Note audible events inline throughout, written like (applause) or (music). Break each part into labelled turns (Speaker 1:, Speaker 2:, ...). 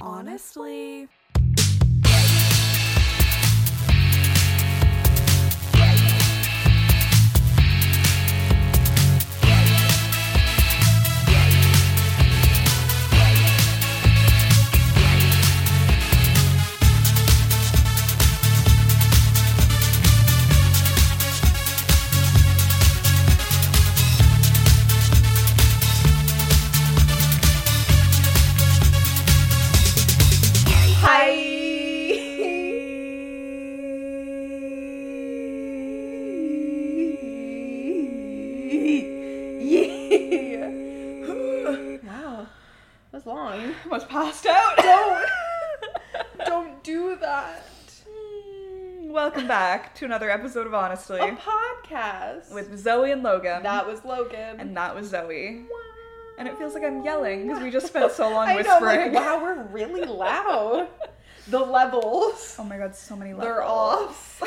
Speaker 1: honestly.
Speaker 2: Yeah.
Speaker 1: Wow.
Speaker 2: That's long. I almost passed
Speaker 1: (laughs)
Speaker 2: out. Don't.
Speaker 1: Don't do that.
Speaker 2: Hmm. Welcome back to another episode of Honestly
Speaker 1: A podcast.
Speaker 2: with Zoe and Logan.
Speaker 1: that was Logan.
Speaker 2: and that was Zoe. And it feels like I'm yelling because we just spent so long
Speaker 1: I know, I'm
Speaker 2: whispering.
Speaker 1: like, wow, we're really (laughs) loud. the levels.
Speaker 2: Oh my god, so many levels.
Speaker 1: They're (laughs) off.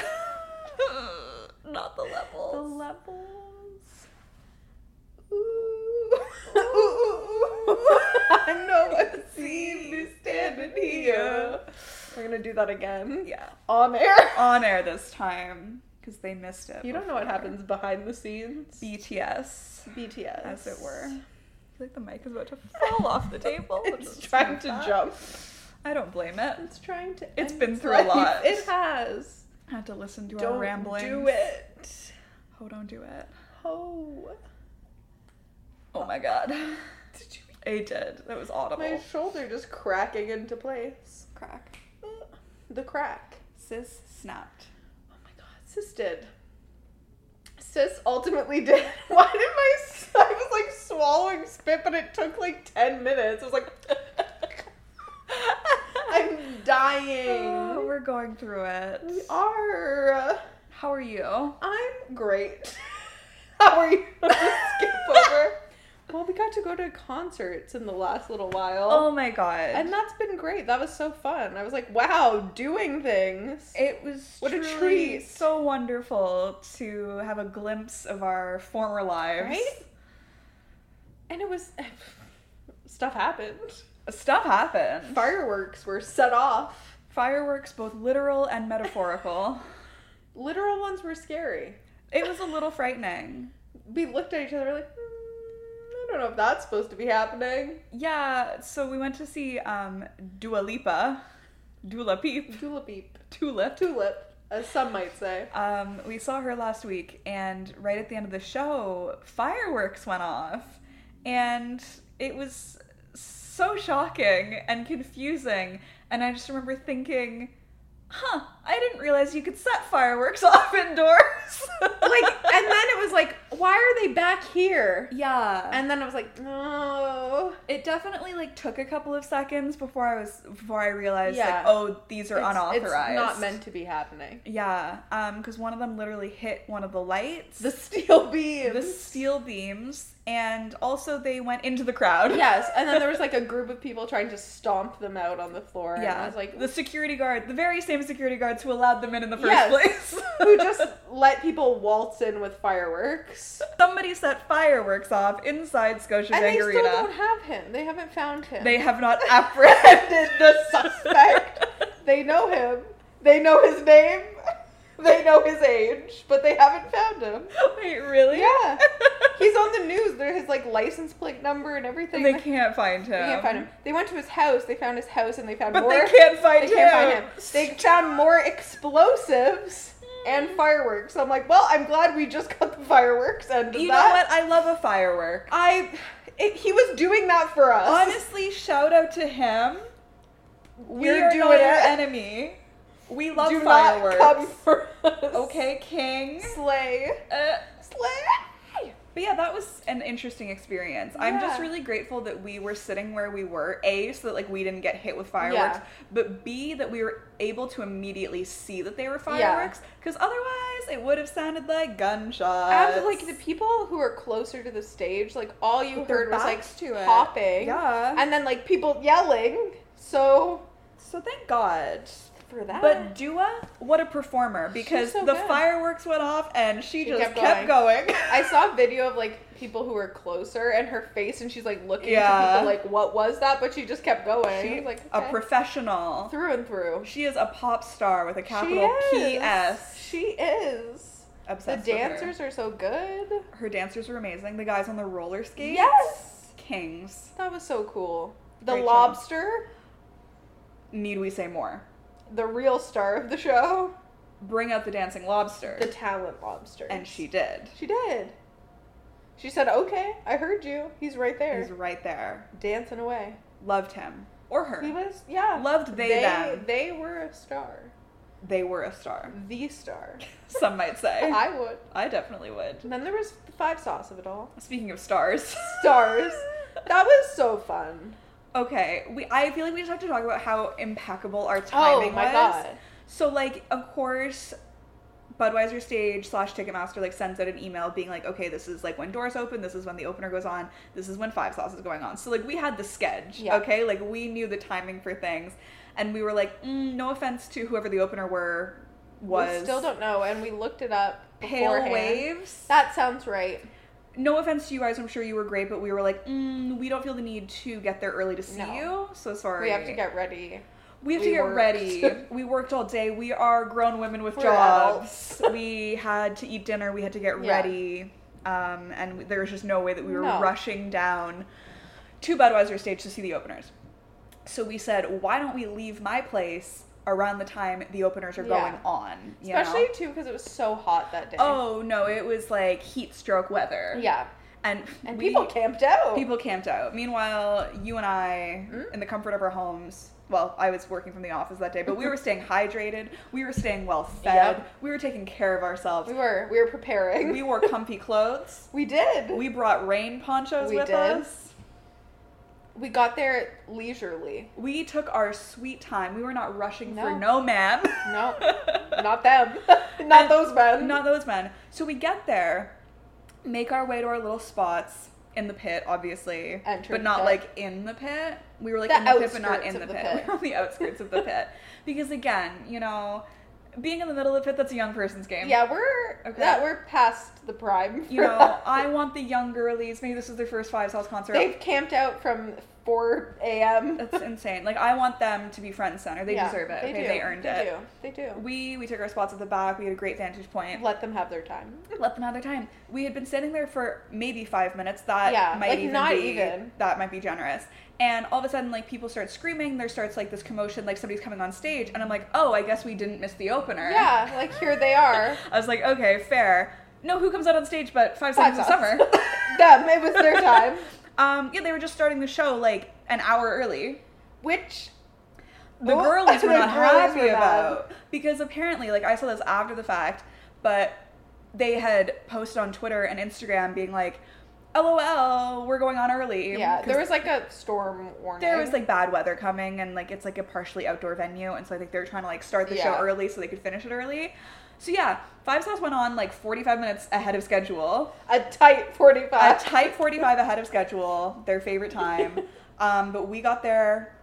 Speaker 1: (laughs)
Speaker 2: Not the levels.
Speaker 1: The (laughs) levels. Ooh. ooh,
Speaker 2: (laughs)
Speaker 1: ooh, ooh. I know I've seen you standing here. We're gonna do that again.
Speaker 2: Yeah.
Speaker 1: On air.
Speaker 2: On air this time because they missed it.
Speaker 1: You don't know what
Speaker 2: before.
Speaker 1: happens behind the scenes.
Speaker 2: BTS,
Speaker 1: BTS.
Speaker 2: as it were. I feel like the mic is about to fall off the (laughs) table. which
Speaker 1: It's
Speaker 2: is
Speaker 1: trying
Speaker 2: not
Speaker 1: to
Speaker 2: bad.
Speaker 1: jump.
Speaker 2: I don't blame it.
Speaker 1: It's trying to.
Speaker 2: It's
Speaker 1: end
Speaker 2: been
Speaker 1: its
Speaker 2: through a
Speaker 1: life.
Speaker 2: lot.
Speaker 1: It has.
Speaker 2: I had to listen to our
Speaker 1: Don't
Speaker 2: ramblings.
Speaker 1: do it.
Speaker 2: Oh, don't do it.
Speaker 1: Oh.
Speaker 2: Oh my god.
Speaker 1: Did you?
Speaker 2: I did. That was audible.
Speaker 1: My shoulder just cracking into place.
Speaker 2: crack.
Speaker 1: The crack.
Speaker 2: Sis snapped.
Speaker 1: Oh my god, sis did. Sis ultimately (laughs) did. Why did my s- I was like swallowing spit, but it took like ten minutes. I was like, (laughs) I'm
Speaker 2: Oh,
Speaker 1: dying.
Speaker 2: we're going through it.
Speaker 1: we Oh. are.
Speaker 2: How are you?
Speaker 1: I'm great. (laughs) How are you? (laughs) Skip over. Well, we got to go to concerts in the last little while,
Speaker 2: Oh my god.
Speaker 1: and that's been great. That was so fun. I was like, wow, doing things.
Speaker 2: it was
Speaker 1: What a
Speaker 2: truly
Speaker 1: treat.
Speaker 2: so wonderful to have a glimpse of our former lives.
Speaker 1: Right? And it was (laughs) stuff happened.
Speaker 2: Stuff happened.
Speaker 1: Fireworks were set off.
Speaker 2: Fireworks, both literal and metaphorical. (laughs)
Speaker 1: Literal ones were scary.
Speaker 2: it was a little frightening.
Speaker 1: We looked at each other we're like, "Mm, I don't know if that's supposed to be happening.
Speaker 2: Yeah, so we went to see um, Dua Lipa. Dula Peep.
Speaker 1: Tulip beep.
Speaker 2: Tulip.
Speaker 1: Tulip, as some might say.
Speaker 2: Um, we saw her last week, and right at the end of the show, fireworks went off, and it was so shocking and confusing. And I just remember thinking, "Huh, I didn't realize you could set fireworks (laughs) off indoors."
Speaker 1: Like,
Speaker 2: (laughs)
Speaker 1: and then it was like, why are they back here?
Speaker 2: yeah, and
Speaker 1: And then I was like, no.
Speaker 2: it definitely like took a couple of seconds before I was before I realized
Speaker 1: Yeah.
Speaker 2: like, "Oh, these are
Speaker 1: It's-
Speaker 2: unauthorized."
Speaker 1: It's not meant to be happening.
Speaker 2: Yeah, um, because one of them literally hit one of the lights.
Speaker 1: The steel beams.
Speaker 2: the steel beams and also they went into the crowd
Speaker 1: Yes, and then there was like a group of people trying to stomp them out on the floor. and I
Speaker 2: yeah
Speaker 1: was like,
Speaker 2: the security guard the very same security guards who allowed them in in the first
Speaker 1: Yes.
Speaker 2: place
Speaker 1: (laughs) who just let people waltz in with fireworks?
Speaker 2: (laughs) somebody set fireworks off inside scotia
Speaker 1: And they
Speaker 2: Bank
Speaker 1: still
Speaker 2: Arena.
Speaker 1: don't have him. They haven't found him. (laughs)
Speaker 2: They have not apprehended
Speaker 1: the suspect. they know him. They know his name. They know his age, but they haven't found him.
Speaker 2: wait really
Speaker 1: Yeah,
Speaker 2: (laughs)
Speaker 1: he's on the news. There, his like license plate number and everything.
Speaker 2: And they can't find him
Speaker 1: They can't find him. They went to his house. They found his house, and they found
Speaker 2: but
Speaker 1: more.
Speaker 2: they can't find
Speaker 1: They
Speaker 2: him
Speaker 1: can't find him. They found more explosives and fireworks. So I'm like, well, I'm glad we just got the fireworks and
Speaker 2: you
Speaker 1: that.
Speaker 2: know what i love a firework
Speaker 1: I, it, he was doing that for us.
Speaker 2: honestly shout out to him we
Speaker 1: You're
Speaker 2: are
Speaker 1: doing
Speaker 2: not
Speaker 1: it.
Speaker 2: your enemy we love
Speaker 1: do
Speaker 2: fireworks
Speaker 1: not
Speaker 2: (laughs)
Speaker 1: come for us.
Speaker 2: okay king
Speaker 1: slay,
Speaker 2: Uh,
Speaker 1: slay.
Speaker 2: but yeah, that was an interesting experience. I'm just
Speaker 1: Yeah.
Speaker 2: really grateful that we were sitting where we were. A, so that like we didn't get hit with fireworks,
Speaker 1: Yeah.
Speaker 2: but B, that we were able to immediately see that they were fireworks, because otherwise it would have sounded like gunshots.
Speaker 1: And like the people who are closer to the stage, like all you
Speaker 2: With their
Speaker 1: heard was like
Speaker 2: backs to it.
Speaker 1: popping,
Speaker 2: yeah.
Speaker 1: and then like people yelling. So
Speaker 2: so thank God.
Speaker 1: for that.
Speaker 2: But Dua, what a performer because
Speaker 1: Ah. She's so
Speaker 2: the
Speaker 1: good.
Speaker 2: fireworks went off and she,
Speaker 1: She
Speaker 2: just kept,
Speaker 1: kept
Speaker 2: going.
Speaker 1: I saw a video of like people who were closer and her face, and she's like looking
Speaker 2: Yeah.
Speaker 1: to people like, "What was that?" But she just kept going. I
Speaker 2: She,
Speaker 1: was like
Speaker 2: a
Speaker 1: okay.
Speaker 2: professional.
Speaker 1: through and through.
Speaker 2: She is a pop star with a capital
Speaker 1: She
Speaker 2: P
Speaker 1: is.
Speaker 2: S.
Speaker 1: She is. The
Speaker 2: Obsessed with her.
Speaker 1: dancers are so good.
Speaker 2: Her dancers were amazing. The guys on the roller skates.
Speaker 1: Yes,
Speaker 2: Kings.
Speaker 1: that was so cool. The
Speaker 2: Great show.
Speaker 1: lobster,
Speaker 2: Need we say more?
Speaker 1: the real star of the show,
Speaker 2: Bring out the dancing lobster.
Speaker 1: the talent lobster,
Speaker 2: and she did.
Speaker 1: she did. She said, "Okay, I heard you. He's right there,
Speaker 2: He's right there.
Speaker 1: dancing away."
Speaker 2: Loved him. Or her.
Speaker 1: He was, yeah.
Speaker 2: Loved they, them.
Speaker 1: They were a star.
Speaker 2: They were a star.
Speaker 1: The
Speaker 2: (laughs)
Speaker 1: star.
Speaker 2: Some might say.
Speaker 1: I would.
Speaker 2: I definitely would.
Speaker 1: And then there was the five sauce of it all.
Speaker 2: Speaking of stars. (laughs)
Speaker 1: Stars. That was so fun.
Speaker 2: Okay, we. I feel like we just have to talk about how impeccable our timing
Speaker 1: Oh my
Speaker 2: was.
Speaker 1: God.
Speaker 2: So like, of course, Budweiser stage slash Ticketmaster like sends out an email being like, okay, this is like when doors open, this is when the opener goes on, this is when Five Sauce is going on. So like, we had the sketch.
Speaker 1: Yeah.
Speaker 2: Okay, like we knew the timing for things, and we were like, mm, no offense to whoever the opener were was.
Speaker 1: We still don't know, and we looked it up.
Speaker 2: Pale
Speaker 1: beforehand.
Speaker 2: waves.
Speaker 1: That sounds right.
Speaker 2: no offense to you guys, I'm sure you were great, but we were like, mm, we don't feel the need to get there early to see
Speaker 1: No.
Speaker 2: you. So sorry.
Speaker 1: We have to get ready.
Speaker 2: We have
Speaker 1: We
Speaker 2: to get
Speaker 1: worked. (laughs)
Speaker 2: ready. We worked all day. We are grown women with
Speaker 1: We're
Speaker 2: jobs. we had to eat dinner. We had to get
Speaker 1: Yeah.
Speaker 2: ready. Um, and there was just no way that we were
Speaker 1: No.
Speaker 2: rushing down to Budweiser stage to see the openers. So we said, why don't we leave my place around the time the openers are
Speaker 1: Yeah.
Speaker 2: going on? you know?
Speaker 1: Especially too because it was so hot that day.
Speaker 2: Oh no! It was like heat stroke weather.
Speaker 1: yeah.
Speaker 2: and
Speaker 1: And
Speaker 2: we-
Speaker 1: people camped out.
Speaker 2: People camped out. Meanwhile, you and I,
Speaker 1: Hmm?
Speaker 2: in the comfort of our homes, well, I was working from the office that day, but
Speaker 1: (laughs)
Speaker 2: we were staying hydrated. We were staying well fed.
Speaker 1: Yep.
Speaker 2: We were taking care of ourselves.
Speaker 1: We were we were preparing. (laughs)
Speaker 2: We wore comfy clothes.
Speaker 1: We did.
Speaker 2: We brought rain ponchos
Speaker 1: We
Speaker 2: with
Speaker 1: did.
Speaker 2: us.
Speaker 1: we got there leisurely.
Speaker 2: We took our sweet time. We were not rushing for
Speaker 1: No.
Speaker 2: no man. (laughs)
Speaker 1: No, not them. (laughs) not
Speaker 2: And-
Speaker 1: those men.
Speaker 2: Not those men. So we get there, make our way to our little spots in the pit, obviously,
Speaker 1: Enter
Speaker 2: but
Speaker 1: the
Speaker 2: not
Speaker 1: pit.
Speaker 2: like in the pit. We were like
Speaker 1: The
Speaker 2: in the pit, but not
Speaker 1: outskirts
Speaker 2: in the
Speaker 1: of
Speaker 2: pit.
Speaker 1: the pit.
Speaker 2: We were (laughs) on the outskirts of the
Speaker 1: (laughs)
Speaker 2: pit because, again, you know, being in the middle of the pit, that's a young person's game.
Speaker 1: Yeah, we're
Speaker 2: Okay.
Speaker 1: that we're past the prime.
Speaker 2: You
Speaker 1: for (laughs)
Speaker 2: know,
Speaker 1: that.
Speaker 2: I want the young girlies. Maybe this was their first Five Souls concert.
Speaker 1: they've camped out from four a.m.
Speaker 2: that's insane. Like I want them to be front and center. They
Speaker 1: Yeah,
Speaker 2: deserve it. okay,
Speaker 1: do.
Speaker 2: they earned it.
Speaker 1: They do. They do.
Speaker 2: We we took our spots at the back. We had a great vantage point.
Speaker 1: Let them have their time.
Speaker 2: let them have their time. We had been standing there for maybe five minutes. That
Speaker 1: Yeah,
Speaker 2: might
Speaker 1: like,
Speaker 2: even
Speaker 1: not
Speaker 2: be,
Speaker 1: even.
Speaker 2: that might be generous. And all of a sudden, like people start screaming. There starts like this commotion. Like somebody's coming on stage, and I'm like, oh, I guess we didn't miss the opener.
Speaker 1: Yeah, like here
Speaker 2: (laughs)
Speaker 1: they are.
Speaker 2: I was like, okay, fair. No, who comes out on stage? But Five
Speaker 1: Five
Speaker 2: Seconds of Summer.
Speaker 1: Seconds. (laughs) them. It was
Speaker 2: (laughs)
Speaker 1: their time.
Speaker 2: um, yeah, they were just starting the show like an hour early.
Speaker 1: Which
Speaker 2: the (laughs)
Speaker 1: Oh,
Speaker 2: girlies were
Speaker 1: the
Speaker 2: not
Speaker 1: girlies
Speaker 2: happy
Speaker 1: were mad.
Speaker 2: about because apparently like i saw this after the fact but they had posted on twitter and instagram being like lol we're going on early
Speaker 1: yeah,
Speaker 2: 'Cause
Speaker 1: there was like a storm warning.
Speaker 2: there was like bad weather coming and like it's like a partially outdoor venue and so i think they were trying to like start the
Speaker 1: Yeah.
Speaker 2: show early so they could finish it early so yeah five sauce went on like 45 minutes ahead of schedule
Speaker 1: a tight
Speaker 2: a
Speaker 1: forty-five.
Speaker 2: tight 45 ahead of schedule their favorite time um, but we got there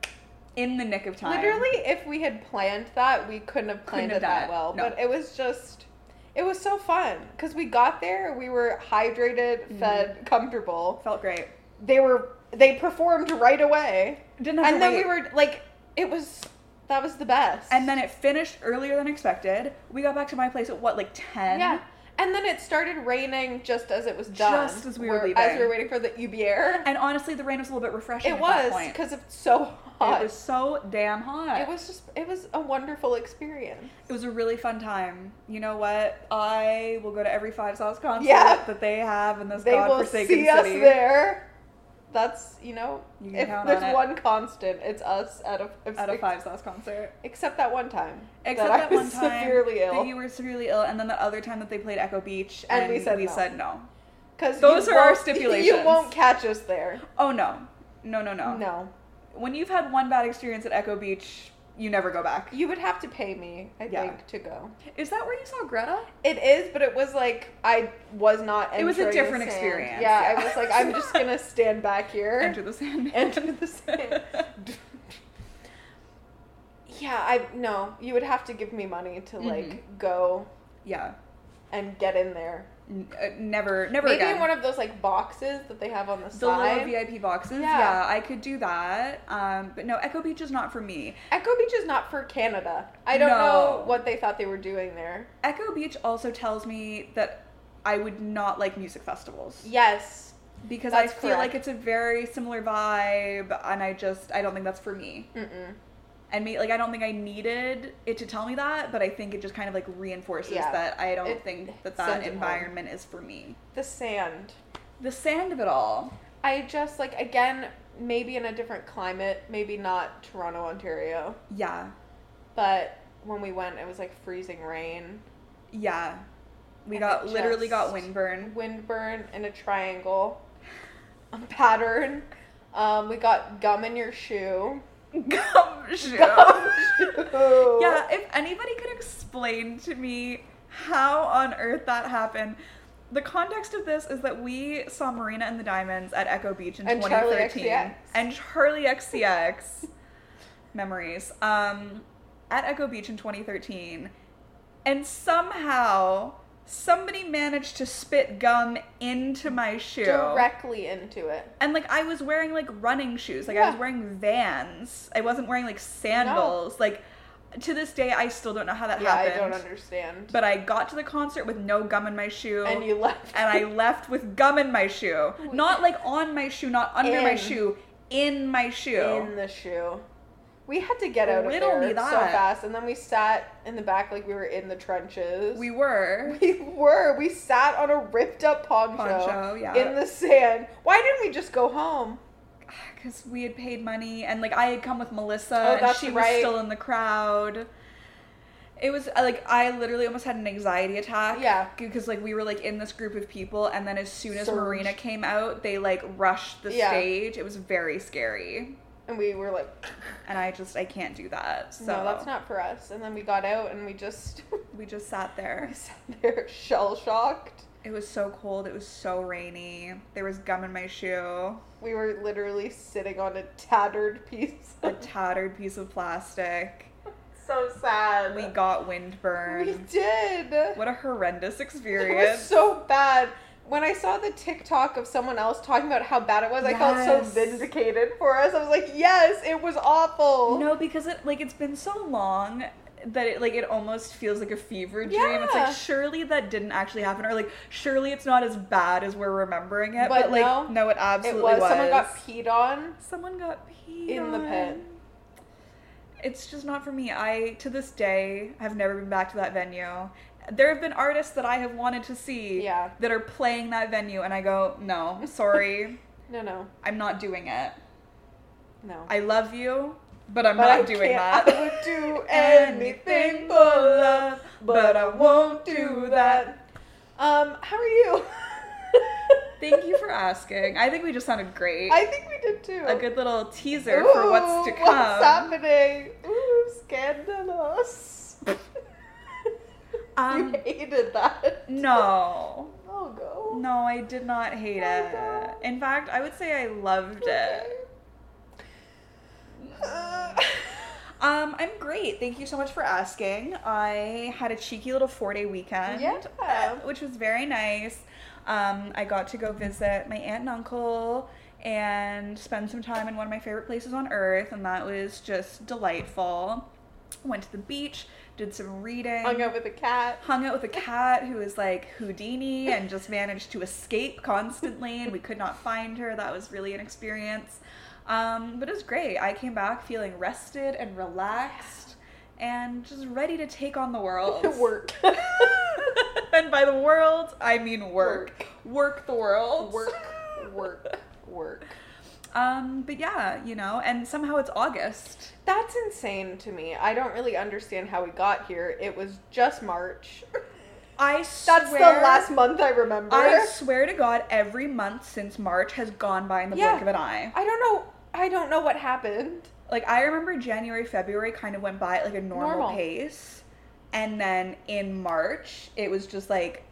Speaker 2: in the nick of time
Speaker 1: Literally, if we had planned that, we couldn't have planned
Speaker 2: Couldn't have done
Speaker 1: it that
Speaker 2: it.
Speaker 1: well.
Speaker 2: No.
Speaker 1: But it was just, it was so fun because we got there, we were
Speaker 2: Mm-hmm.
Speaker 1: hydrated, fed, comfortable.
Speaker 2: felt great
Speaker 1: They were they performed right away,
Speaker 2: didn't have to
Speaker 1: and then
Speaker 2: wait.
Speaker 1: we were like, it was that was the best.
Speaker 2: And then it finished earlier than expected. We got back to my place at what, like 10?
Speaker 1: yeah, and then it started raining just as it was done.
Speaker 2: Just as we were
Speaker 1: where-
Speaker 2: leaving.
Speaker 1: as we were waiting for the Ubiere.
Speaker 2: And honestly, the rain was a little bit refreshing.
Speaker 1: It
Speaker 2: at that
Speaker 1: was
Speaker 2: point.
Speaker 1: because it's so hot.
Speaker 2: It was so damn hot.
Speaker 1: It was just it was a wonderful experience.
Speaker 2: It was a really fun time. You know what? I will go to every Five Sauce concert
Speaker 1: Yeah.
Speaker 2: that they have in this
Speaker 1: They will see
Speaker 2: godforsaken city.
Speaker 1: us there. That's you know,
Speaker 2: You can
Speaker 1: if
Speaker 2: count
Speaker 1: there's
Speaker 2: on it.
Speaker 1: one constant, it's us at a five
Speaker 2: At a
Speaker 1: six.
Speaker 2: Five Sauce concert.
Speaker 1: Except that one time.
Speaker 2: Except
Speaker 1: I
Speaker 2: that, one
Speaker 1: was
Speaker 2: time
Speaker 1: severely
Speaker 2: that you
Speaker 1: ill.
Speaker 2: were severely ill, and then the other time that they played Echo Beach,
Speaker 1: And we said
Speaker 2: we
Speaker 1: no.
Speaker 2: said no.
Speaker 1: Because
Speaker 2: Those are our
Speaker 1: You
Speaker 2: stipulations.
Speaker 1: won't (laughs) catch us there.
Speaker 2: Oh no, no, no, no,
Speaker 1: No,
Speaker 2: When you've had one bad experience at Echo Beach, you never go back.
Speaker 1: you would have to pay me. I
Speaker 2: Yeah.
Speaker 1: think to go.
Speaker 2: Is that where you saw Greta?
Speaker 1: It is, but it was like I was not.
Speaker 2: It was a
Speaker 1: entering the
Speaker 2: different
Speaker 1: sand.
Speaker 2: experience,
Speaker 1: Yeah,
Speaker 2: yeah.
Speaker 1: I was like, I'm
Speaker 2: (laughs)
Speaker 1: just gonna stand (laughs) back here.
Speaker 2: Enter the Sandman.
Speaker 1: Enter the Sandman. Yeah, I no. You would have to give me money
Speaker 2: Mm-hmm.
Speaker 1: to like go
Speaker 2: Yeah.
Speaker 1: and get in there.
Speaker 2: N- uh, never, never
Speaker 1: Maybe
Speaker 2: again.
Speaker 1: in one of those like boxes that they have on the,
Speaker 2: the little
Speaker 1: side.
Speaker 2: VIP boxes.
Speaker 1: Yeah.
Speaker 2: Yeah. I could do that. Um, but no, Echo Beach is not for me.
Speaker 1: Echo Beach is not for Canada. I don't
Speaker 2: No.
Speaker 1: know what they thought they were doing there.
Speaker 2: Echo Beach also tells me that I would not like music festivals
Speaker 1: Yes.
Speaker 2: because I
Speaker 1: that's
Speaker 2: feel like it's
Speaker 1: correct.
Speaker 2: a very similar vibe, and I just I don't think that's for me.
Speaker 1: Mm-mm.
Speaker 2: And me, like I don't think I needed it to tell me that, but I think it just kind of like reinforces
Speaker 1: Yeah.
Speaker 2: that I don't
Speaker 1: It
Speaker 2: think that
Speaker 1: sends
Speaker 2: that
Speaker 1: it home.
Speaker 2: environment is for me.
Speaker 1: The sand.
Speaker 2: The sand of it all.
Speaker 1: I just like again maybe in a different climate, maybe not Toronto, Ontario,
Speaker 2: Yeah,
Speaker 1: but when we went, it was like freezing rain,
Speaker 2: yeah. We
Speaker 1: And it
Speaker 2: got literally got
Speaker 1: just- (laughs)
Speaker 2: windburn.
Speaker 1: windburn in a triangle, a pattern. Um, we got gum in
Speaker 2: (laughs)
Speaker 1: your shoe.
Speaker 2: Gumshoe.
Speaker 1: Gumshoe.
Speaker 2: yeah, if anybody could explain to me how on earth that happened. The context of this is that we saw Marina and the Diamonds at Echo Beach in
Speaker 1: And Charlie
Speaker 2: 2013
Speaker 1: XCX.
Speaker 2: and Charlie XCX memories um, at Echo Beach in 2013, and somehow somebody managed to spit gum into my shoe.
Speaker 1: Directly into it.
Speaker 2: And like I was wearing like running shoes. Like I
Speaker 1: Yeah.
Speaker 2: was wearing Vans. I wasn't wearing like sandals. Like to this day I still don't know how that
Speaker 1: Yeah,
Speaker 2: happened.
Speaker 1: I don't understand.
Speaker 2: But I got to the concert with no gum in my shoe.
Speaker 1: and you left. (laughs)
Speaker 2: and I left with gum in my shoe.
Speaker 1: Wait.
Speaker 2: Not like on my shoe, not under my
Speaker 1: In.
Speaker 2: shoe, in my shoe.
Speaker 1: in the shoe. We had to get out of
Speaker 2: Riddle
Speaker 1: there
Speaker 2: me
Speaker 1: so
Speaker 2: that.
Speaker 1: fast, and then we sat in the back like we were in the trenches.
Speaker 2: we were.
Speaker 1: (laughs) we were. We sat on a ripped up poncho,
Speaker 2: Poncho, yeah.
Speaker 1: in the sand. Why didn't we just go home?
Speaker 2: (sighs) Because we had paid money and like I had come with Melissa
Speaker 1: Oh,
Speaker 2: and
Speaker 1: that's
Speaker 2: she
Speaker 1: right.
Speaker 2: was still in the crowd. It was uh, like I literally almost had an anxiety attack.
Speaker 1: Yeah.
Speaker 2: Because like we were like in this group of people and then as soon as
Speaker 1: Surge.
Speaker 2: Marina came out, they like rushed the
Speaker 1: Yeah.
Speaker 2: stage. It was very scary.
Speaker 1: And we were like,
Speaker 2: And I just I can't do that. So
Speaker 1: no, that's not for us. And then we got out and we just (laughs)
Speaker 2: we just sat there.
Speaker 1: sat there shell shocked.
Speaker 2: It was so cold, it was so rainy. There was gum in my shoe,
Speaker 1: We were literally sitting on a tattered piece.
Speaker 2: a tattered piece of plastic.
Speaker 1: (laughs) so sad.
Speaker 2: We got
Speaker 1: We
Speaker 2: windburn.
Speaker 1: did.
Speaker 2: What a horrendous
Speaker 1: (laughs) It was
Speaker 2: experience.
Speaker 1: so bad. When I saw the TikTok of someone else talking about how bad it was, I felt so
Speaker 2: Yes.
Speaker 1: vindicated for us. I was like, yes, it was awful.
Speaker 2: No, because it like it's been so long that it like it almost feels like a fever dream. It's
Speaker 1: Yeah.
Speaker 2: like surely that didn't actually happen, or like surely it's not as bad as we're remembering it.
Speaker 1: But
Speaker 2: But, like
Speaker 1: no,
Speaker 2: no, it absolutely
Speaker 1: it was. Someone got peed on.
Speaker 2: Someone got peed
Speaker 1: In the pit.
Speaker 2: on. It's just not for me. I to this day have never been back to that venue. There have been artists that I have wanted to see
Speaker 1: Yeah.
Speaker 2: that are playing that venue, and I go, no,
Speaker 1: (laughs)
Speaker 2: sorry,
Speaker 1: No, no,
Speaker 2: I'm not doing it.
Speaker 1: no.
Speaker 2: I love you, but I'm
Speaker 1: But
Speaker 2: not
Speaker 1: I
Speaker 2: doing
Speaker 1: can't-
Speaker 2: that.
Speaker 1: (laughs) I would do anything for love, but I won't do that. Um, how are (laughs) you?
Speaker 2: Thank you for asking. I think we just sounded great.
Speaker 1: I think we did too.
Speaker 2: A good little teaser for what's to
Speaker 1: Ooh,
Speaker 2: come.
Speaker 1: What's happening? Ooh, scandalous. (laughs)
Speaker 2: Um,
Speaker 1: you hated that.
Speaker 2: No.
Speaker 1: Oh, go.
Speaker 2: No, I did not hate
Speaker 1: Oh,
Speaker 2: it. In fact, I would say I loved it. (laughs) Um, I'm great. Thank you so much for asking. I had a cheeky little four day weekend,
Speaker 1: Yeah.
Speaker 2: which was very nice. Um, I got to go visit my aunt and uncle and spend some time in one of my favorite places on earth, and that was just delightful. Went to the beach, did some reading.
Speaker 1: (laughs) Hung out with a cat.
Speaker 2: hung out with a cat who was like Houdini and just managed to escape constantly, and we could not find her. That was really an experience. Um, but it was great. I came back feeling rested and relaxed and just ready to take on the world.
Speaker 1: To (laughs) work.
Speaker 2: (laughs) and by the world, I mean work. Work, the world.
Speaker 1: work. Work. Work.
Speaker 2: (laughs) Um, but yeah, you know, and somehow it's August.
Speaker 1: That's insane to me. I don't really understand how we got here. It was just March. (laughs)
Speaker 2: I
Speaker 1: That's
Speaker 2: swear.
Speaker 1: the last month I remember.
Speaker 2: I swear to God, every month since March has gone by in the
Speaker 1: Yeah.
Speaker 2: blink of an eye.
Speaker 1: I don't know. I don't know what happened.
Speaker 2: like I remember January, February kind of went by at like a normal,
Speaker 1: Normal.
Speaker 2: pace. And then in March, it was just like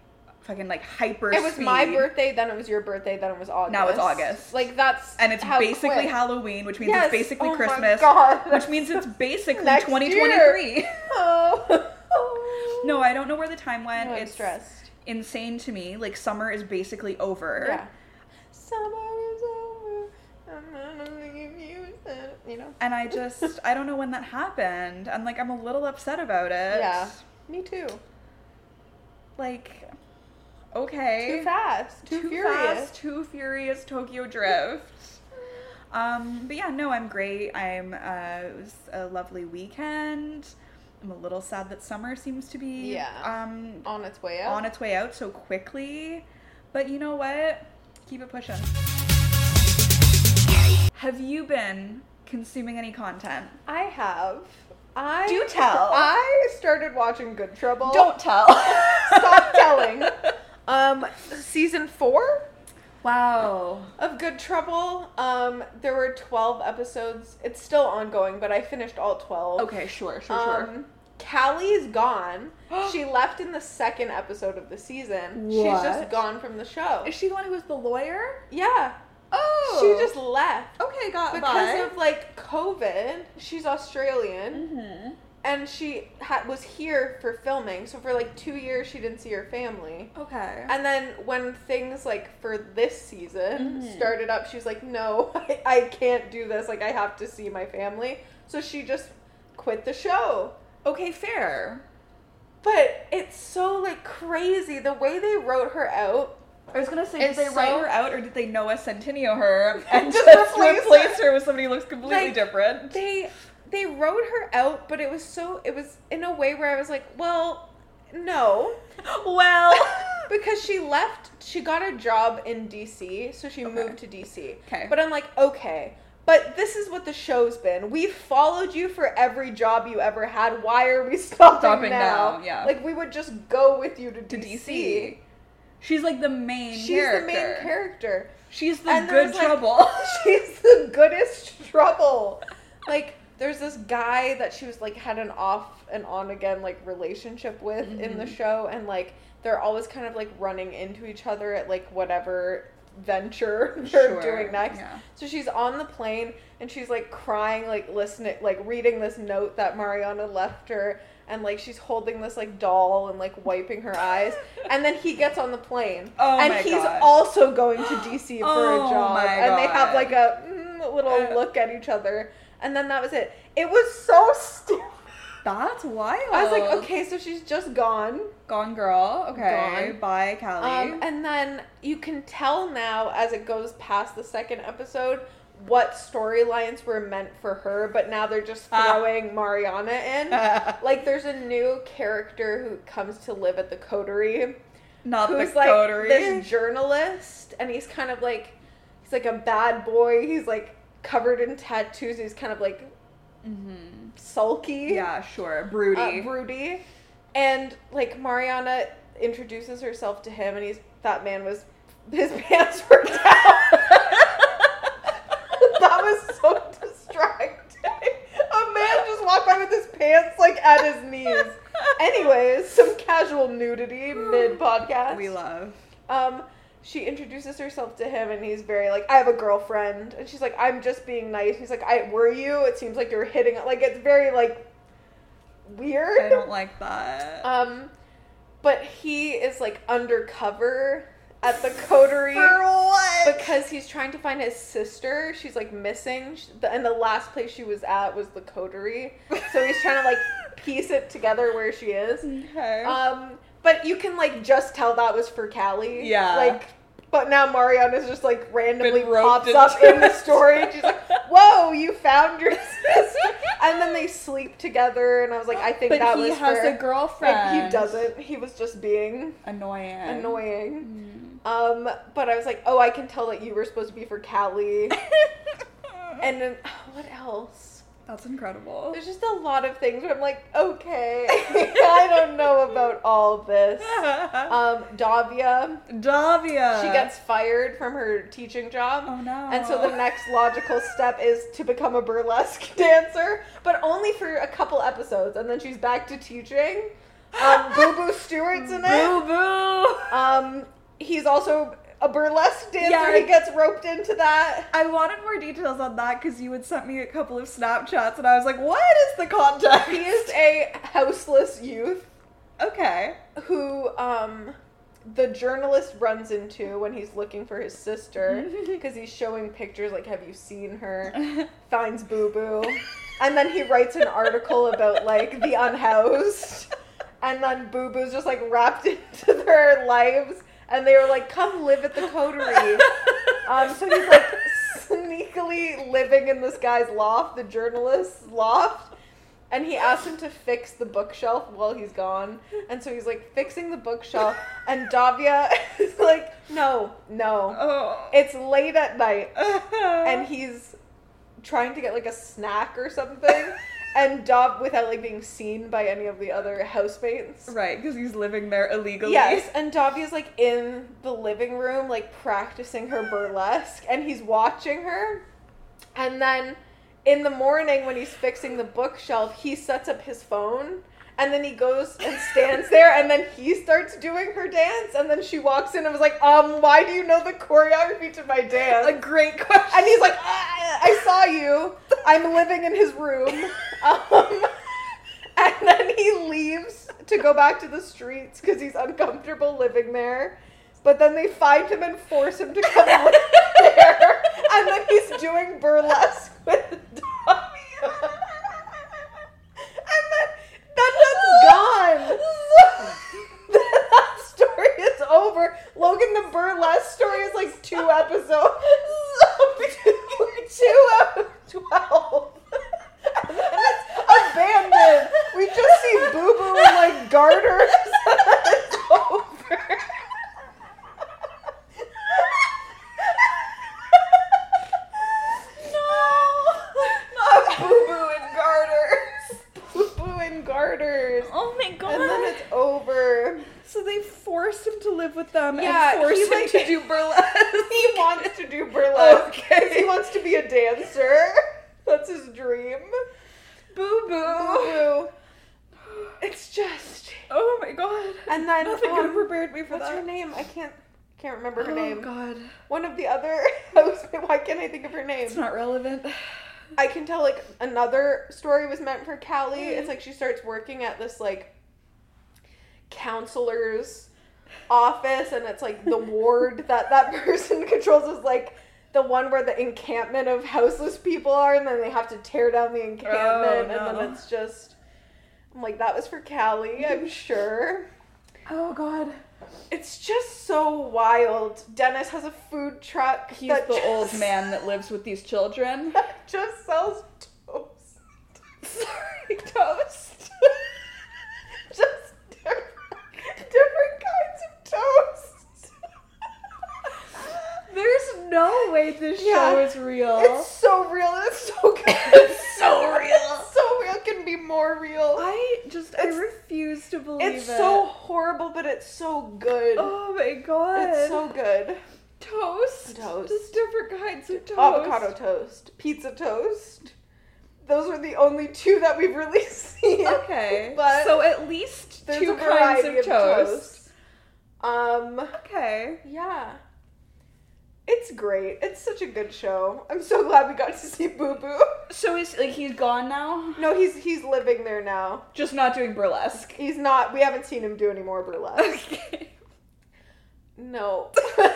Speaker 2: fucking like hyper.
Speaker 1: It was my
Speaker 2: speed.
Speaker 1: birthday, then it was your birthday, then it was August.
Speaker 2: Now it's August.
Speaker 1: Like that's
Speaker 2: and it's
Speaker 1: how
Speaker 2: basically
Speaker 1: quick.
Speaker 2: Halloween, which means
Speaker 1: Yes.
Speaker 2: it's basically
Speaker 1: Oh my
Speaker 2: Christmas,
Speaker 1: God.
Speaker 2: which means it's basically
Speaker 1: Next
Speaker 2: 2023.
Speaker 1: (laughs) Oh.
Speaker 2: (laughs) no, I don't know where the time went.
Speaker 1: No, I'm
Speaker 2: it's
Speaker 1: stressed.
Speaker 2: insane to me. Like summer is basically over.
Speaker 1: Yeah. Summer is over. I'm gonna leave you. uh, You know.
Speaker 2: And I just I don't know when that happened, and like I'm a little upset about it.
Speaker 1: Yeah. Me too.
Speaker 2: Like, okay.
Speaker 1: Too fast. Too, furious.
Speaker 2: fast, too furious Tokyo Drift. Um, but yeah, no, I'm great. I'm uh, it was a lovely weekend. I'm a little sad that summer seems to be
Speaker 1: Yeah.
Speaker 2: um
Speaker 1: On its way out.
Speaker 2: on its way out so quickly. But you know what? Keep it pushing. Have you been consuming any content?
Speaker 1: I have. I
Speaker 2: Do tell.
Speaker 1: I started watching Good Trouble.
Speaker 2: (laughs) tell.
Speaker 1: stop telling. (laughs) Um, season four
Speaker 2: Wow.
Speaker 1: of Good Trouble. Um, there were twelve episodes. It's still ongoing, but I finished all twelve.
Speaker 2: Okay, sure, sure, sure.
Speaker 1: Um,
Speaker 2: (gasps)
Speaker 1: Callie's gone. she left in the second episode of the season. She's just
Speaker 2: What?
Speaker 1: gone from the show.
Speaker 2: Is she the one who was the lawyer?
Speaker 1: yeah,
Speaker 2: Oh.
Speaker 1: she just left
Speaker 2: Okay, got
Speaker 1: because
Speaker 2: by.
Speaker 1: of like COVID. She's Australian.
Speaker 2: mm-hmm.
Speaker 1: and she ha- was here for filming so for like two years she didn't see her family
Speaker 2: Okay.
Speaker 1: and then when things like for this season
Speaker 2: Mhm.
Speaker 1: started up she's like no (laughs) I, I can't do this like i have to see my family so she just quit the show
Speaker 2: okay, fair.
Speaker 1: but it's so like crazy the way they wrote her out
Speaker 2: I was gonna say,
Speaker 1: It's
Speaker 2: did they write
Speaker 1: so-
Speaker 2: her out, or did they Noah Centineo her and
Speaker 1: Just
Speaker 2: just,
Speaker 1: replace
Speaker 2: replace,
Speaker 1: her.
Speaker 2: her. with somebody who looks completely
Speaker 1: Like,
Speaker 2: different?
Speaker 1: they (laughs) they wrote her out but it was so it was in a way where i was like well no
Speaker 2: (laughs) well,
Speaker 1: (laughs) because she left she got a job in dc so she
Speaker 2: Okay.
Speaker 1: moved to dc
Speaker 2: Okay.
Speaker 1: but i'm like okay but this is what the show's been we've followed you for every job you ever had why are we stopping,
Speaker 2: Stopping
Speaker 1: now?
Speaker 2: now, yeah.
Speaker 1: like we would just go with you to,
Speaker 2: to
Speaker 1: DC.
Speaker 2: DC. She's like the main.
Speaker 1: she's
Speaker 2: character.
Speaker 1: the main character
Speaker 2: She's the
Speaker 1: And there
Speaker 2: good
Speaker 1: was, like-
Speaker 2: trouble.
Speaker 1: (laughs) she's the goodest trouble like there's this guy that she was like had an off and on again like relationship with in the
Speaker 2: Mhm.
Speaker 1: show and like they're always kind of like running into each other at like whatever venture (laughs) they're
Speaker 2: Sure,
Speaker 1: doing next
Speaker 2: yeah.
Speaker 1: so she's on the plane and she's like crying like listening like reading this note that mariana left her and like she's holding this like doll and like wiping her eyes and then he gets on the plane
Speaker 2: (laughs) Oh
Speaker 1: and
Speaker 2: my
Speaker 1: he's
Speaker 2: God.
Speaker 1: also going to dc for a
Speaker 2: Oh
Speaker 1: job
Speaker 2: my
Speaker 1: and they have
Speaker 2: God.
Speaker 1: like a mm, little
Speaker 2: Uh,
Speaker 1: look at each other and then that was it it was so (laughs) stupid
Speaker 2: (laughs) That's wild.
Speaker 1: i was like okay so she's just gone
Speaker 2: Gone girl. Okay.
Speaker 1: Gone.
Speaker 2: Bye, Callie. (laughs)
Speaker 1: um, and then you can tell now as it goes past the second episode what storylines were meant for her but now they're just
Speaker 2: Ah.
Speaker 1: throwing mariana in like there's a new character who comes to live at the coterie
Speaker 2: Not the
Speaker 1: who's like
Speaker 2: coterie.
Speaker 1: this journalist, and he's kind of like he's like a bad boy. He's like covered in tattoos. He's kind of like
Speaker 2: Mhm.
Speaker 1: sulky,
Speaker 2: Yeah, sure.
Speaker 1: uh,
Speaker 2: Broody. (laughs)
Speaker 1: broody, and like Mariana introduces herself to him, and he's that man was his (laughs) pants were down. (laughs) that was so distracting. A man just walked by with his pants like at his knees. Anyways, some casual nudity mid podcast.
Speaker 2: we love.
Speaker 1: Um, she introduces herself to him, and he's very like, "I have a girlfriend," and she's like, "I'm just being nice." He's like, "I were you? It seems like you're hitting like it's very like weird."
Speaker 2: I don't like that.
Speaker 1: um, but he is like undercover at the coterie
Speaker 2: what?
Speaker 1: because he's trying to find his sister. She's like missing, She- the- and the last place she was at was the coterie. So he's trying to like piece it together where she is.
Speaker 2: Okay. (laughs)
Speaker 1: Um, but you can like just tell that was for Callie.
Speaker 2: Yeah.
Speaker 1: Like, but now Mariana's just like randomly
Speaker 2: Been roped
Speaker 1: pops up
Speaker 2: into (laughs)
Speaker 1: in the
Speaker 2: it.
Speaker 1: story. And she's like, "Whoa, you found your (laughs) sister!" And then they sleep together, and I was like, "I think
Speaker 2: but
Speaker 1: that
Speaker 2: he
Speaker 1: was
Speaker 2: has
Speaker 1: for."
Speaker 2: a girlfriend.
Speaker 1: Like, he doesn't. He was just being
Speaker 2: Annoying. (laughs)
Speaker 1: annoying.
Speaker 2: Mm.
Speaker 1: Um, but I was like, "Oh, I can tell that you were supposed to be
Speaker 2: (laughs)
Speaker 1: for Callie." and then (sighs) what else?
Speaker 2: That's incredible.
Speaker 1: (laughs) There's just a lot of things where I'm like, "Okay, (laughs) I don't know about
Speaker 2: (laughs)
Speaker 1: all this." Um, Davia.
Speaker 2: Uh, Davia.
Speaker 1: She gets fired from her teaching job.
Speaker 2: Uh, Oh no.
Speaker 1: And so the next logical step is to become a (laughs) burlesque dancer, but only for a couple episodes, and then she's back to teaching.
Speaker 2: (laughs)
Speaker 1: Um, Boo Boo Stewart's in it.
Speaker 2: Boo
Speaker 1: (laughs)
Speaker 2: boo.
Speaker 1: Um, he's also a burlesque dancer.
Speaker 2: Yeah.
Speaker 1: He gets roped into that.
Speaker 2: I wanted more details on that because you had sent me a couple of Snapchats and I was like, what is the context? (laughs)
Speaker 1: He is a houseless youth (laughs)
Speaker 2: okay.
Speaker 1: who um, the journalist runs into when he's looking for his
Speaker 2: (laughs)
Speaker 1: sister because he's showing pictures like, "Have you seen her?" Finds Boo Boo, and then he writes an article about like the unhoused, and then Boo Boo's just like wrapped (laughs) into their lives, and they were like, "Come live at the (laughs) Coterie." Um, so he's like sneakily living in this guy's loft, the journalist's loft. And he asks him to fix the bookshelf while he's gone. And so he's like fixing the bookshelf. And Davia (laughs) is like, no, no.
Speaker 2: (laughs) oh.
Speaker 1: It's late at night.
Speaker 2: Uh.
Speaker 1: And he's trying to get like a snack or something. And Dav, without like being seen by any of the other housemates.
Speaker 2: Right, because he's living there illegally.
Speaker 1: Yes, and Davia's like in the living room, like practicing her burlesque, and he's watching her. And then in the morning, when he's fixing the bookshelf, he sets up his phone. And then he goes and stands there, and then he starts doing her dance, and then she walks in and was like, "Um, why do you know the choreography to my dance?"
Speaker 2: A great question.
Speaker 1: and he's like, ah, "I saw you. I'm living in
Speaker 2: (laughs)
Speaker 1: his room." Um, and then he leaves to go back to the streets because he's uncomfortable living there. But then they find him and force him to come live there. And then he's doing burlesque with Tommy. and then that, that's gone. (laughs) that story is over. Logan, the burlesque story is like two episodes. two out of twelve. and then it's abandoned. We just see Boo Boo in like garters. (laughs) and it's over.
Speaker 2: Not Boo Boo and garters.
Speaker 1: Boo Boo in garters.
Speaker 2: Oh my god.
Speaker 1: And then it's over.
Speaker 2: so they force him to live with them
Speaker 1: Yeah,
Speaker 2: and force
Speaker 1: he,
Speaker 2: him
Speaker 1: like-
Speaker 2: to do (laughs) burlesque.
Speaker 1: He wants to do burlesque.
Speaker 2: Okay.
Speaker 1: He wants to be a dancer. That's his dream.
Speaker 2: Boo boo.
Speaker 1: Boo Boo. It's just.
Speaker 2: Oh my god.
Speaker 1: And then
Speaker 2: Nothing could
Speaker 1: um,
Speaker 2: have prepared me for
Speaker 1: What's her
Speaker 2: that.
Speaker 1: name? I can't can't remember her
Speaker 2: oh
Speaker 1: name.
Speaker 2: god.
Speaker 1: One of the other (laughs) housemates. Why can't I think of her name?
Speaker 2: It's not relevant.
Speaker 1: I can tell like another story was meant for Callie.
Speaker 2: Mm-hmm.
Speaker 1: It's like she starts working at this like counselor's office, and it's like the ward (laughs) that that person (laughs) controls is like the one where the encampment of houseless people are, and then they have to tear down the encampment, and
Speaker 2: Oh, no.
Speaker 1: then it's just. I'm like, that was for Callie,
Speaker 2: (laughs)
Speaker 1: I'm sure.
Speaker 2: Oh god.
Speaker 1: It's just so wild. Dennis has a food truck.
Speaker 2: He's
Speaker 1: that
Speaker 2: the old
Speaker 1: just-
Speaker 2: man that lives with these children.
Speaker 1: that (laughs) just sells toast.
Speaker 2: Sorry, toast.
Speaker 1: (laughs) just different, different kinds of toast.
Speaker 2: (laughs) (laughs) There's no way this
Speaker 1: Yeah.
Speaker 2: show is real.
Speaker 1: It's so real. and It's
Speaker 2: (laughs)
Speaker 1: so good.
Speaker 2: It's so real.
Speaker 1: It's so real. It Can be more real.
Speaker 2: I just I
Speaker 1: It's-
Speaker 2: refuse to believe
Speaker 1: It's
Speaker 2: it.
Speaker 1: so horrible, but it's so good.
Speaker 2: Oh my god.
Speaker 1: It's so good.
Speaker 2: toast.
Speaker 1: Toast.
Speaker 2: Just different kinds of toast.
Speaker 1: Avocado toast, pizza toast. Those are the only two that we've really (laughs) seen.
Speaker 2: Okay.
Speaker 1: But
Speaker 2: so at least
Speaker 1: there's
Speaker 2: two
Speaker 1: a
Speaker 2: kinds
Speaker 1: variety
Speaker 2: of,
Speaker 1: of
Speaker 2: toast.
Speaker 1: toast. Um.
Speaker 2: Okay.
Speaker 1: Yeah. It's great. It's such a good show. I'm so glad we got to see (laughs) Boo Boo.
Speaker 2: So is like he's gone now?
Speaker 1: No, he's he's living there now.
Speaker 2: Just not doing burlesque.
Speaker 1: (laughs) He's not. We haven't seen him do any more burlesque.
Speaker 2: (laughs) Okay.
Speaker 1: No. (laughs) that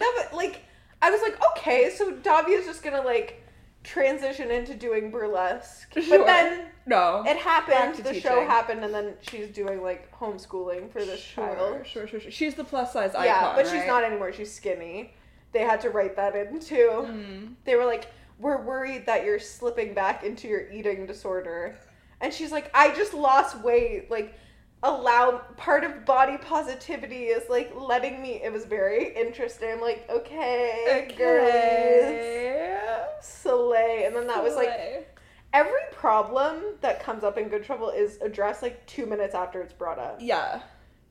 Speaker 1: was, like I was like, okay, so Davia's just gonna like transition into doing burlesque,
Speaker 2: Sure.
Speaker 1: but then
Speaker 2: No.
Speaker 1: it
Speaker 2: Back
Speaker 1: happened.
Speaker 2: to
Speaker 1: The
Speaker 2: teaching.
Speaker 1: show happened, and then she's doing like homeschooling for this
Speaker 2: sure,
Speaker 1: child.
Speaker 2: Sure, sure, sure. She's the plus size icon.
Speaker 1: Yeah, but she's
Speaker 2: right?
Speaker 1: not anymore. She's skinny. They had to write that in too.
Speaker 2: Mm.
Speaker 1: They were like, "We're worried that you're slipping back into your eating disorder," and she's like, "I just lost weight. Like, allow part of body positivity is like letting me." It was very interesting. I'm like, "Okay, girlies, slay." And then that was like every problem that comes up in Good Trouble is addressed like two minutes after it's brought up.
Speaker 2: Yeah.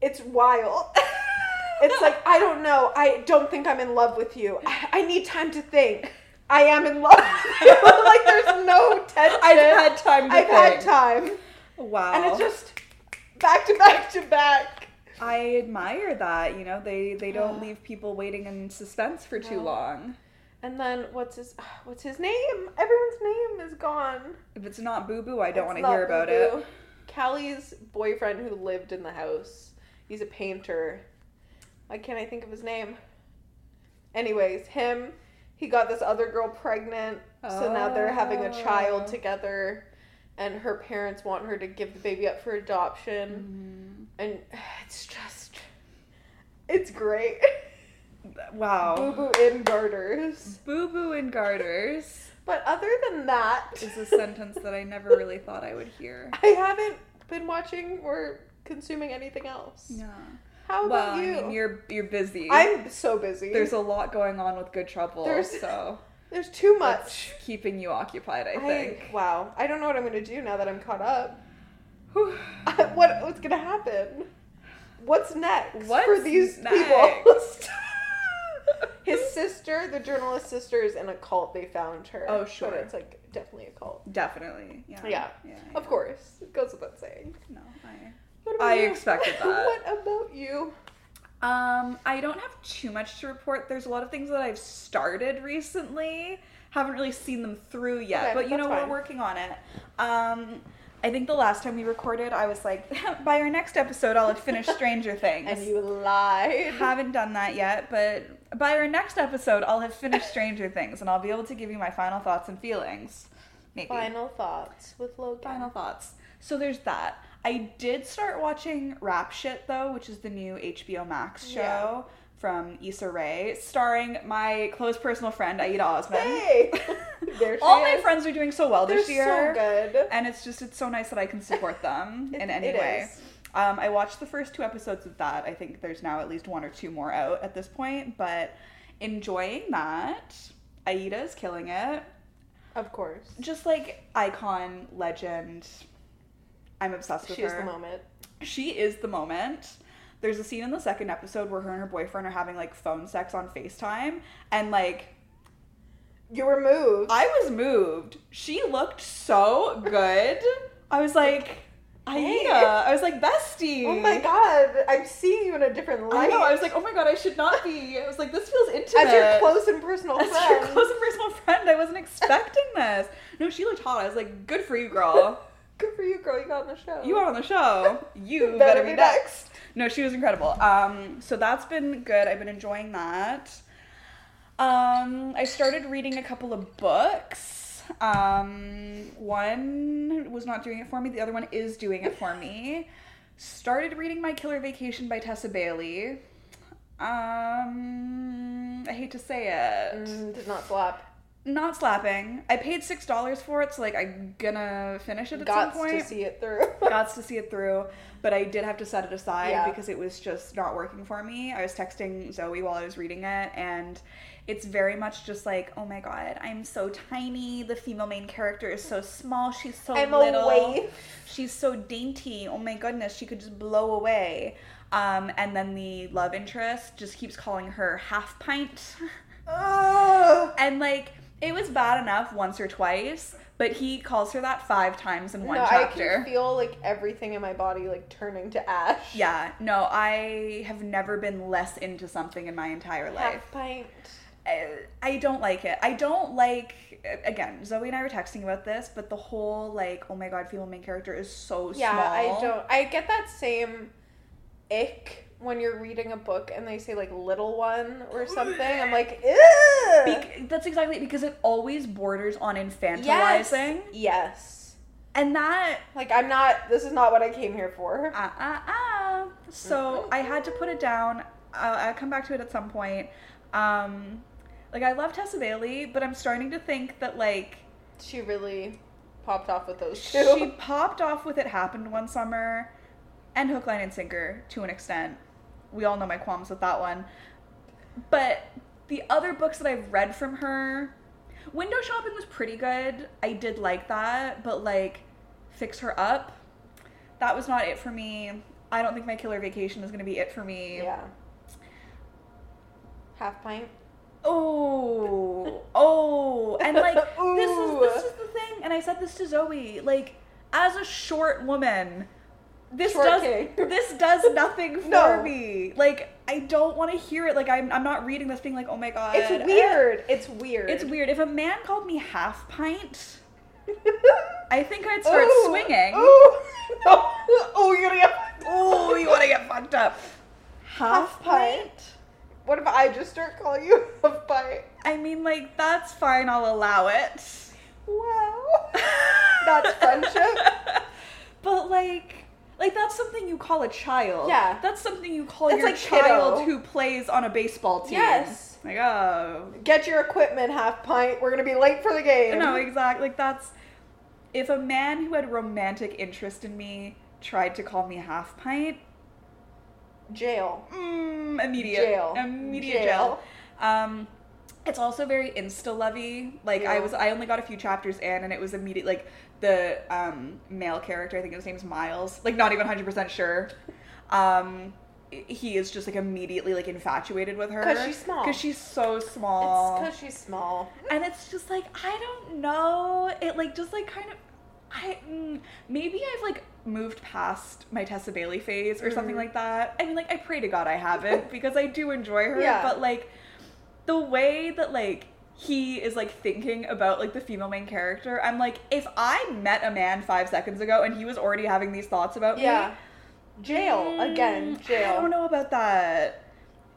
Speaker 1: It's wild. (laughs) It's
Speaker 2: (laughs)
Speaker 1: like, I don't know. I don't think I'm in love with you. I, I need time to think. I am in love with you. (laughs) like, there's no tension.
Speaker 2: I've had time to
Speaker 1: I've had
Speaker 2: think.
Speaker 1: time.
Speaker 2: Wow.
Speaker 1: And it's just, back to back to back.
Speaker 2: I admire that. You know, they they don't leave people waiting in suspense for too
Speaker 1: No.
Speaker 2: long.
Speaker 1: And then what's his (sighs) what's his name? Everyone's name is gone.
Speaker 2: If it's not Boo Boo, I don't
Speaker 1: It's
Speaker 2: want to
Speaker 1: not
Speaker 2: hear about
Speaker 1: Boo-Boo.
Speaker 2: it.
Speaker 1: Callie's boyfriend who lived in the house. He's a painter. Why can't I think of his name? Anyways, him. He got this other girl pregnant, so now they're having a
Speaker 2: Oh.
Speaker 1: child together, and her parents want her to give the baby up for adoption.
Speaker 2: Mm-hmm.
Speaker 1: And it's just,
Speaker 2: (laughs)
Speaker 1: it's great. Boo
Speaker 2: Wow.
Speaker 1: boo in garters.
Speaker 2: Boo Boo and garters
Speaker 1: But other than that,
Speaker 2: is a sentence that I never really thought I would hear.
Speaker 1: (laughs) I haven't been watching or consuming anything else.
Speaker 2: Yeah.
Speaker 1: How
Speaker 2: Well,
Speaker 1: about you?
Speaker 2: I mean, you're you're busy.
Speaker 1: I'm so busy.
Speaker 2: There's a lot going on with Good Trouble,
Speaker 1: There's-
Speaker 2: so
Speaker 1: There's too
Speaker 2: that's
Speaker 1: much.
Speaker 2: keeping you occupied. I
Speaker 1: I
Speaker 2: think.
Speaker 1: wow. I don't know what I'm gonna do now that I'm caught up.
Speaker 2: (laughs) Whew.
Speaker 1: (laughs) what what's gonna happen? What's next for
Speaker 2: What's
Speaker 1: these people? (laughs)
Speaker 2: next?
Speaker 1: His sister, the journalist sister, is in a cult. They found her.
Speaker 2: Oh,
Speaker 1: But
Speaker 2: sure.
Speaker 1: it's like definitely a cult.
Speaker 2: Definitely. Yeah.
Speaker 1: Yeah.
Speaker 2: yeah,
Speaker 1: Of course, it goes without saying.
Speaker 2: yeah. No, I.
Speaker 1: What about
Speaker 2: I
Speaker 1: you? (laughs)
Speaker 2: expected that.
Speaker 1: what about you?
Speaker 2: Um, I don't have too much to report. There's a lot of things that I've started recently. Haven't really seen them through yet,
Speaker 1: Okay,
Speaker 2: but you
Speaker 1: that's
Speaker 2: know
Speaker 1: fine.
Speaker 2: we're working on it. Um, I think the last time we recorded, I was like, (laughs) by our next episode, I'll have finished
Speaker 1: (laughs)
Speaker 2: Stranger Things.
Speaker 1: And you lied.
Speaker 2: (laughs) haven't done that yet, but by our next episode, I'll have finished Stranger Things and I'll be able to give you my final thoughts and feelings. Maybe.
Speaker 1: Final thoughts with Logan.
Speaker 2: Final thoughts. So there's that. I did start watching Rap Shit though, which is the new HBO Max show
Speaker 1: Yeah.
Speaker 2: from Issa Rae, starring my close personal friend Aida Osman.
Speaker 1: Hey, (laughs) there she
Speaker 2: All my
Speaker 1: is.
Speaker 2: friends are doing so well
Speaker 1: They're
Speaker 2: this year.
Speaker 1: so good.
Speaker 2: And it's just it's so nice that I can support (laughs) them
Speaker 1: It-
Speaker 2: in any
Speaker 1: it
Speaker 2: way.
Speaker 1: is.
Speaker 2: Um, I watched the first two episodes of that. I think there's now at least one or two more out at this point, but enjoying that. Aida is killing it.
Speaker 1: Of course.
Speaker 2: Just like icon, legend. I'm obsessed with
Speaker 1: She's
Speaker 2: her.
Speaker 1: the moment.
Speaker 2: She is the moment. There's a scene in the second episode where her and her boyfriend are having like phone sex on FaceTime and like
Speaker 1: You were moved.
Speaker 2: I was moved. She looked so good. I was like,
Speaker 1: Hey.
Speaker 2: Aida. I was like, bestie.
Speaker 1: oh my god, I'm seeing you in a different
Speaker 2: I
Speaker 1: light.
Speaker 2: know. I was like, oh my god, I should not be. I was like, this feels intimate.
Speaker 1: as your close and personal
Speaker 2: As
Speaker 1: friend.
Speaker 2: your close and personal friend, I wasn't expecting this. No, she looked hot. I was like, good for you,
Speaker 1: (laughs)
Speaker 2: girl.
Speaker 1: Good for you, girl. You got on the show.
Speaker 2: You are on the show. You better, be next. No, she was incredible. Um, so that's been good. I've been enjoying that. Um, I started reading a couple of books. Um, one was not doing it for me. The other one is doing it for me. Started reading My Killer Vacation by Tessa Bailey. Um, I hate to say it.
Speaker 1: Mm, did not slap.
Speaker 2: Not slapping. I paid six dollars for it, so like I'm gonna finish it at
Speaker 1: Got
Speaker 2: some point
Speaker 1: to see it through. (laughs)
Speaker 2: gots to see it through, but I did have to set it aside
Speaker 1: Yeah.
Speaker 2: because it was just not working for me. I was texting Zoe while I was reading it, and it's very much just like, oh my god, I'm so tiny. The female main character is so small. She's so
Speaker 1: I'm a
Speaker 2: little.
Speaker 1: waif.
Speaker 2: She's so dainty. Oh my goodness, she could just blow away. Um, and then the love interest just keeps calling her half pint. (laughs)
Speaker 1: Ugh.
Speaker 2: And like it was bad enough once or twice, but he calls her that five times in one
Speaker 1: no,
Speaker 2: chapter.
Speaker 1: I can feel like everything in my body like turning to ash.
Speaker 2: Yeah, no, I have never been less into something in my entire life.
Speaker 1: Half pint.
Speaker 2: I, I don't like it. I don't like, again, Zoe and I were texting about this, but the whole, like, oh my god, female main character is so
Speaker 1: Yeah,
Speaker 2: small.
Speaker 1: I don't. I get that same ick when you're reading a book and they say like little one or something. I'm like, ugh.
Speaker 2: Bec- that's exactly it, because it always borders on infantilizing.
Speaker 1: Yes.
Speaker 2: And that,
Speaker 1: Like I'm not. This is not what I came here for.
Speaker 2: ah, ah, ah. So
Speaker 1: Mm-hmm.
Speaker 2: I had to put it down. I'll, I'll come back to it at some point. Um, like, I love Tessa Bailey, but I'm starting to think that, like,
Speaker 1: She really popped off with those two.
Speaker 2: She popped off with It Happened One Summer and Hook, Line, and Sinker to an extent. We all know my qualms with that one. But the other books that I've read from her, Window Shopping was pretty good. I did like that, but like Fix Her Up, that was not it for me. I don't think My Killer Vacation is going to be it for me.
Speaker 1: yeah. Half pint.
Speaker 2: Oh, oh, and
Speaker 1: (laughs)
Speaker 2: like this is
Speaker 1: Ooh.
Speaker 2: this is the thing, and I said this to Zoe, like as a short woman, this
Speaker 1: Short
Speaker 2: does
Speaker 1: (laughs) king.
Speaker 2: this does nothing for
Speaker 1: No.
Speaker 2: me. Like I don't want to hear it. Like I'm I'm not reading this being like, oh my god.
Speaker 1: It's weird. It's
Speaker 2: (laughs)
Speaker 1: weird.
Speaker 2: It's
Speaker 1: (laughs)
Speaker 2: weird. If a man called me half pint, I think I'd start
Speaker 1: Ooh,
Speaker 2: swinging.
Speaker 1: Ooh, no. Ooh, (laughs) you're gonna get.
Speaker 2: Ooh, you want to get fucked up. Half
Speaker 1: Half
Speaker 2: pint?
Speaker 1: pint? What if I just start calling you (laughs) a bite?
Speaker 2: I mean, like, that's fine, I'll allow it.
Speaker 1: Wow. That's friendship?
Speaker 2: but, like, like that's something you call a child.
Speaker 1: Yeah.
Speaker 2: That's something you call
Speaker 1: That's
Speaker 2: your
Speaker 1: like kiddo.
Speaker 2: child who plays on a baseball team.
Speaker 1: Yes.
Speaker 2: Like, oh.
Speaker 1: Get your equipment, half pint. We're gonna be late for the game.
Speaker 2: No, exactly. Like, that's. If a man who had romantic interest in me tried to call me half pint,
Speaker 1: Jail.
Speaker 2: mm, immediate
Speaker 1: Jail.
Speaker 2: immediate jail.
Speaker 1: Jail.
Speaker 2: Um, it's also very insta lovey. Like I
Speaker 1: Yeah.
Speaker 2: was, I only got a few chapters in, and it was immediate. Like the um, male character, I think his name's Miles. Like not even hundred percent sure. Um, i- he is just like immediately like infatuated with her
Speaker 1: 'Cause she's small.
Speaker 2: Because she's so small.
Speaker 1: It's because she's small.
Speaker 2: and it's just like I don't know. It like just like kind of. I mm, maybe I've like moved past my Tessa Bailey phase or something
Speaker 1: Mhm.
Speaker 2: like that. I mean, like I pray to God I
Speaker 1: (laughs)
Speaker 2: haven't because I do enjoy her.
Speaker 1: Yeah.
Speaker 2: But like the way that like he is like thinking about like the female main character, I'm like, if I met a man five seconds ago and he was already having these thoughts about
Speaker 1: Yeah.
Speaker 2: me,
Speaker 1: Jail
Speaker 2: mm,
Speaker 1: again. Jail.
Speaker 2: I don't know about that.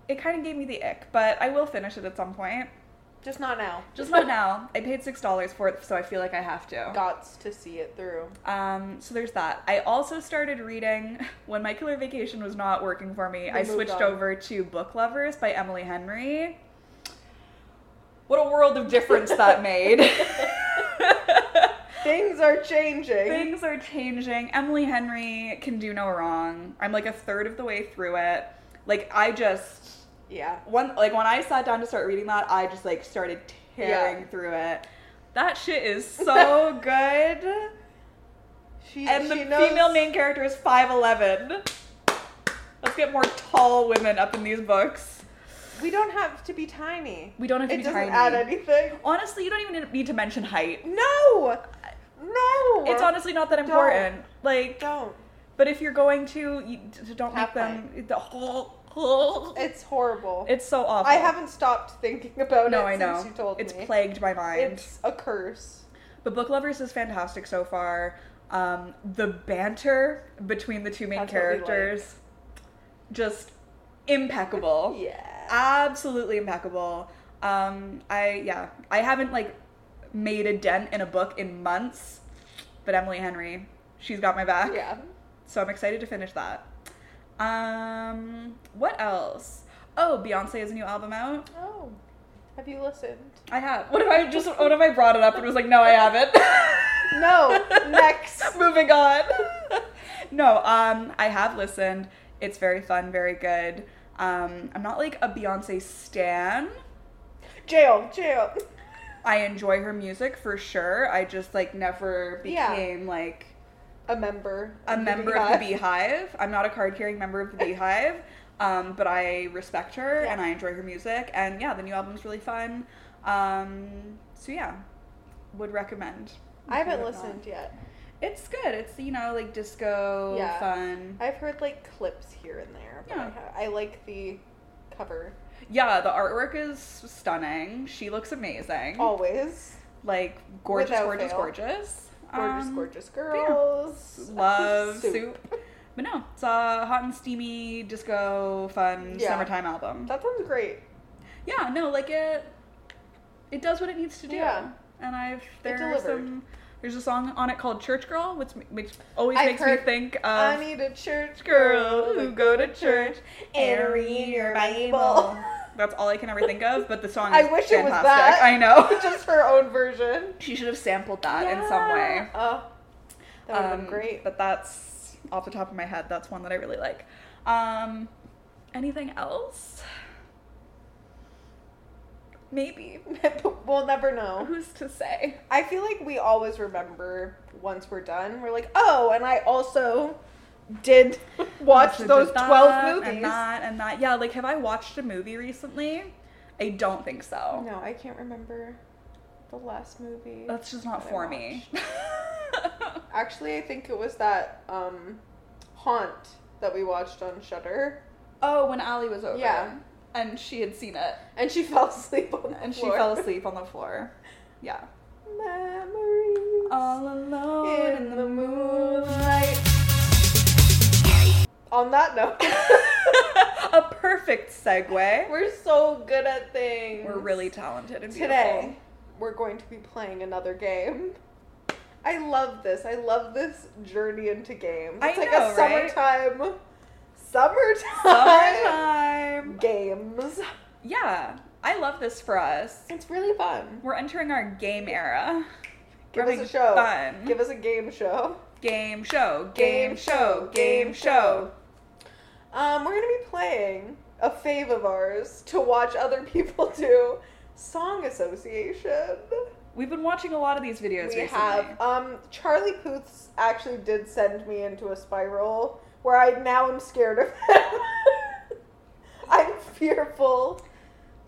Speaker 2: It kind of gave me the ick, but I will finish it at some point.
Speaker 1: Just not now.
Speaker 2: Just not now. I paid six dollars for it, so I feel like I have to.
Speaker 1: Gots to see it through.
Speaker 2: Um, so there's that. I also started reading (laughs) when my killer vacation was not working for me. I
Speaker 1: moved
Speaker 2: switched
Speaker 1: on.
Speaker 2: over to Book Lovers by Emily Henry. What a world of difference (laughs) that made.
Speaker 1: Things are changing.
Speaker 2: Things are changing. Emily Henry can do no wrong. I'm like a third of the way through it. Like I just
Speaker 1: Yeah.
Speaker 2: one like when I sat down to start reading that, I just like started tearing
Speaker 1: Yeah.
Speaker 2: through it. That shit (laughs) is so good.
Speaker 1: She
Speaker 2: And the
Speaker 1: she knows-
Speaker 2: female main character is 5'11. Let's get more tall women up in these books.
Speaker 1: We don't have to be tiny.
Speaker 2: We don't have to
Speaker 1: it
Speaker 2: be
Speaker 1: doesn't
Speaker 2: tiny.
Speaker 1: add anything.
Speaker 2: Honestly, you don't even need to mention height.
Speaker 1: No. No.
Speaker 2: It's honestly not that important. Like,
Speaker 1: Don't.
Speaker 2: but if you're going to, you d- don't make
Speaker 1: Half
Speaker 2: them. The whole,
Speaker 1: It's horrible.
Speaker 2: it's so awful.
Speaker 1: I haven't stopped thinking about
Speaker 2: No,
Speaker 1: it
Speaker 2: I know.
Speaker 1: since you told
Speaker 2: it's
Speaker 1: me.
Speaker 2: plagued my mind.
Speaker 1: It's a curse.
Speaker 2: But Book Lovers is fantastic so far. Um, the banter between the two main
Speaker 1: That's what we like.
Speaker 2: characters, just impeccable.
Speaker 1: (laughs)
Speaker 2: Ah.
Speaker 1: Yeah.
Speaker 2: Absolutely impeccable. Um, I yeah, I haven't like made a dent in a book in months, but Emily Henry, she's got my back.
Speaker 1: Yeah.
Speaker 2: So I'm excited to finish that. Um, what else? Oh, Beyonce has a new album out.
Speaker 1: Oh. Have you listened?
Speaker 2: I have. What if I just what if I brought it up and was like, no, I haven't. (laughs)
Speaker 1: No. Next.
Speaker 2: Moving on. (laughs) no, um, I have listened. It's very fun, very good. Um, I'm not like a Beyonce stan.
Speaker 1: Jail. Jail.
Speaker 2: I enjoy her music for sure. I just like never
Speaker 1: Yeah.
Speaker 2: became like
Speaker 1: A member.
Speaker 2: a
Speaker 1: the
Speaker 2: member of the Beehive. I'm not a card carrying member
Speaker 1: (laughs)
Speaker 2: of the Beehive, um, but I respect her
Speaker 1: Yeah.
Speaker 2: and I enjoy her music. And yeah, the new album's really fun. Um, so yeah, would recommend.
Speaker 1: I haven't
Speaker 2: If you have not.
Speaker 1: listened yet.
Speaker 2: It's good. It's you know like disco
Speaker 1: Yeah.
Speaker 2: fun.
Speaker 1: I've heard like clips here and there. But
Speaker 2: Yeah.
Speaker 1: I, ha- I like the cover
Speaker 2: Yeah, the artwork is stunning. She looks amazing.
Speaker 1: always.
Speaker 2: like gorgeous,
Speaker 1: Oh, Without
Speaker 2: gorgeous,
Speaker 1: fail.
Speaker 2: gorgeous,
Speaker 1: Gorgeous,
Speaker 2: Um,
Speaker 1: gorgeous
Speaker 2: yeah.
Speaker 1: girls.
Speaker 2: (laughs)
Speaker 1: (laughs)
Speaker 2: Love soup. But no, it's a hot and steamy disco fun
Speaker 1: Yeah.
Speaker 2: summertime album.
Speaker 1: That sounds great.
Speaker 2: yeah, no, like it. It does what it needs to do.
Speaker 1: Yeah.
Speaker 2: And I've there are
Speaker 1: delivered.
Speaker 2: some. There's a song on it called Church Girl, which which always
Speaker 1: I've
Speaker 2: makes me
Speaker 1: heard-
Speaker 2: think of.
Speaker 1: I need a church
Speaker 2: girl
Speaker 1: girl.
Speaker 2: who go to church
Speaker 1: and read your Bible.
Speaker 2: (laughs) That's all I can ever think of, but the song
Speaker 1: I
Speaker 2: is
Speaker 1: wish it was
Speaker 2: fantastic.
Speaker 1: that.
Speaker 2: I know.
Speaker 1: (laughs) Just her own version.
Speaker 2: (laughs) she should have sampled that in some way.
Speaker 1: Yeah. Oh, that would have
Speaker 2: Um,
Speaker 1: been great.
Speaker 2: But that's off the top of my head. That's one that I really like. Um, anything else? Maybe.
Speaker 1: But (laughs) we'll never know.
Speaker 2: Who's to say?
Speaker 1: I feel like we always remember once we're done. We're like, oh, and I also
Speaker 2: (laughs)
Speaker 1: did watch
Speaker 2: Also did
Speaker 1: those
Speaker 2: that
Speaker 1: twelve movies.
Speaker 2: and that and that. Yeah, like have I watched a movie recently? I don't think so.
Speaker 1: No, I can't remember the last movie.
Speaker 2: That's just not
Speaker 1: that I
Speaker 2: for me.
Speaker 1: Actually, I think it was that um, Haunt that we watched on Shutter,
Speaker 2: (laughs) Oh, when Ali was over.
Speaker 1: Yeah.
Speaker 2: And she had seen it.
Speaker 1: and she (laughs) fell asleep on the
Speaker 2: And she
Speaker 1: floor. (laughs)
Speaker 2: fell asleep on the floor. Yeah.
Speaker 1: Memories
Speaker 2: All alone in, the moonlight.
Speaker 1: On that note,
Speaker 2: (laughs)
Speaker 1: (laughs)
Speaker 2: A perfect segue.
Speaker 1: we're so good at things.
Speaker 2: We're really talented and beautiful.
Speaker 1: Today, we're going to be playing another game. I love this. I love this journey into games.
Speaker 2: I
Speaker 1: It's like
Speaker 2: know,
Speaker 1: a
Speaker 2: right?
Speaker 1: summertime, summertime,
Speaker 2: Summertime.
Speaker 1: (laughs) games.
Speaker 2: Yeah, I love this for us.
Speaker 1: It's really fun.
Speaker 2: We're entering our game era.
Speaker 1: Give
Speaker 2: We're
Speaker 1: us
Speaker 2: having
Speaker 1: a show.
Speaker 2: Fun.
Speaker 1: Give us a game show.
Speaker 2: game show. Game show. Game show.
Speaker 1: Um, we're gonna be playing a fave of ours to watch other people (laughs) do song association.
Speaker 2: We've been watching a lot of these videos
Speaker 1: we
Speaker 2: recently.
Speaker 1: have um, Charlie Puth actually did send me into a spiral where I now am scared of him. (laughs) I'm fearful. Of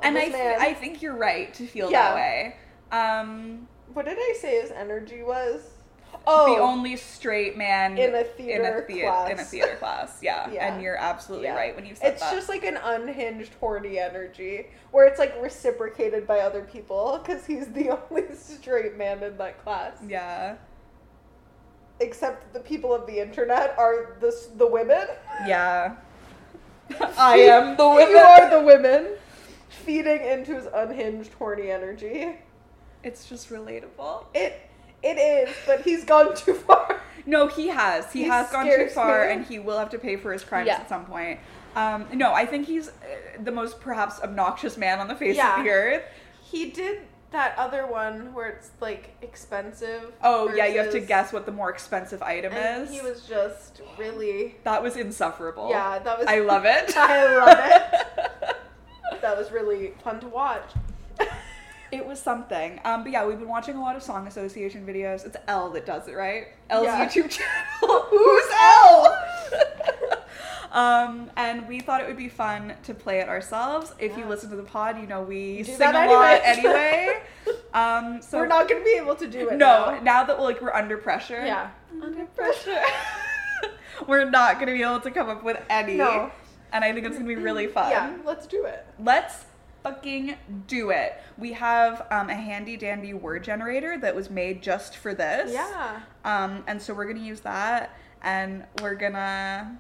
Speaker 2: and
Speaker 1: this
Speaker 2: I,
Speaker 1: man.
Speaker 2: I think you're right to feel
Speaker 1: Yeah.
Speaker 2: that way. Um,
Speaker 1: what did I say his energy was? Oh,
Speaker 2: the only straight man
Speaker 1: in a
Speaker 2: in a
Speaker 1: theater
Speaker 2: thea-
Speaker 1: class.
Speaker 2: in a theater class. Yeah.
Speaker 1: (laughs) Yeah.
Speaker 2: and you're absolutely
Speaker 1: Yeah.
Speaker 2: right when you said
Speaker 1: It's
Speaker 2: that.
Speaker 1: just like an unhinged, horny energy where it's like reciprocated by other people because he's the (laughs) only straight man in that class.
Speaker 2: yeah,
Speaker 1: Except the people of the internet are the s- the women. (laughs)
Speaker 2: yeah. I am the women.
Speaker 1: You are the women feeding into his unhinged, horny energy.
Speaker 2: It's just relatable.
Speaker 1: It it is, but he's gone (laughs) too far.
Speaker 2: No, he has. He
Speaker 1: He
Speaker 2: has gone too
Speaker 1: scares
Speaker 2: far,
Speaker 1: me.
Speaker 2: and he will have to pay for his crimes
Speaker 1: Yeah.
Speaker 2: at some point. Um, no, I think he's uh, the most perhaps obnoxious man on the face
Speaker 1: Yeah.
Speaker 2: of the earth.
Speaker 1: He did that other one where it's like expensive.
Speaker 2: Oh yeah, you have to
Speaker 1: versus-
Speaker 2: guess what the more expensive item
Speaker 1: And
Speaker 2: is.
Speaker 1: he was just really.
Speaker 2: that was insufferable.
Speaker 1: Yeah, that was.
Speaker 2: I love it.
Speaker 1: (laughs) I love
Speaker 2: (laughs)
Speaker 1: it. That was really fun to watch.
Speaker 2: It was something. Um, but yeah, we've been watching a lot of song association videos. It's L that does it, right? L's
Speaker 1: Yeah.
Speaker 2: YouTube
Speaker 1: (laughs)
Speaker 2: channel. Who's L? (laughs) um, and we thought it would be fun to play it ourselves. If you
Speaker 1: Yeah.
Speaker 2: listen to the pod, you know we
Speaker 1: Do
Speaker 2: sing
Speaker 1: that
Speaker 2: a lot (laughs) anyway.
Speaker 1: anyway. (laughs)
Speaker 2: Um, so
Speaker 1: We're not gonna be able to do it.
Speaker 2: no,
Speaker 1: now.
Speaker 2: now that we're like we're under pressure.
Speaker 1: Yeah.
Speaker 2: Under pressure. (laughs) we're not gonna be able to come up with any.
Speaker 1: No.
Speaker 2: And I think it's gonna be really fun.
Speaker 1: Yeah. Let's do it.
Speaker 2: Let's fucking do it. We have um, a handy dandy word generator that was made just for this.
Speaker 1: Yeah.
Speaker 2: Um, and so we're gonna use that, and we're gonna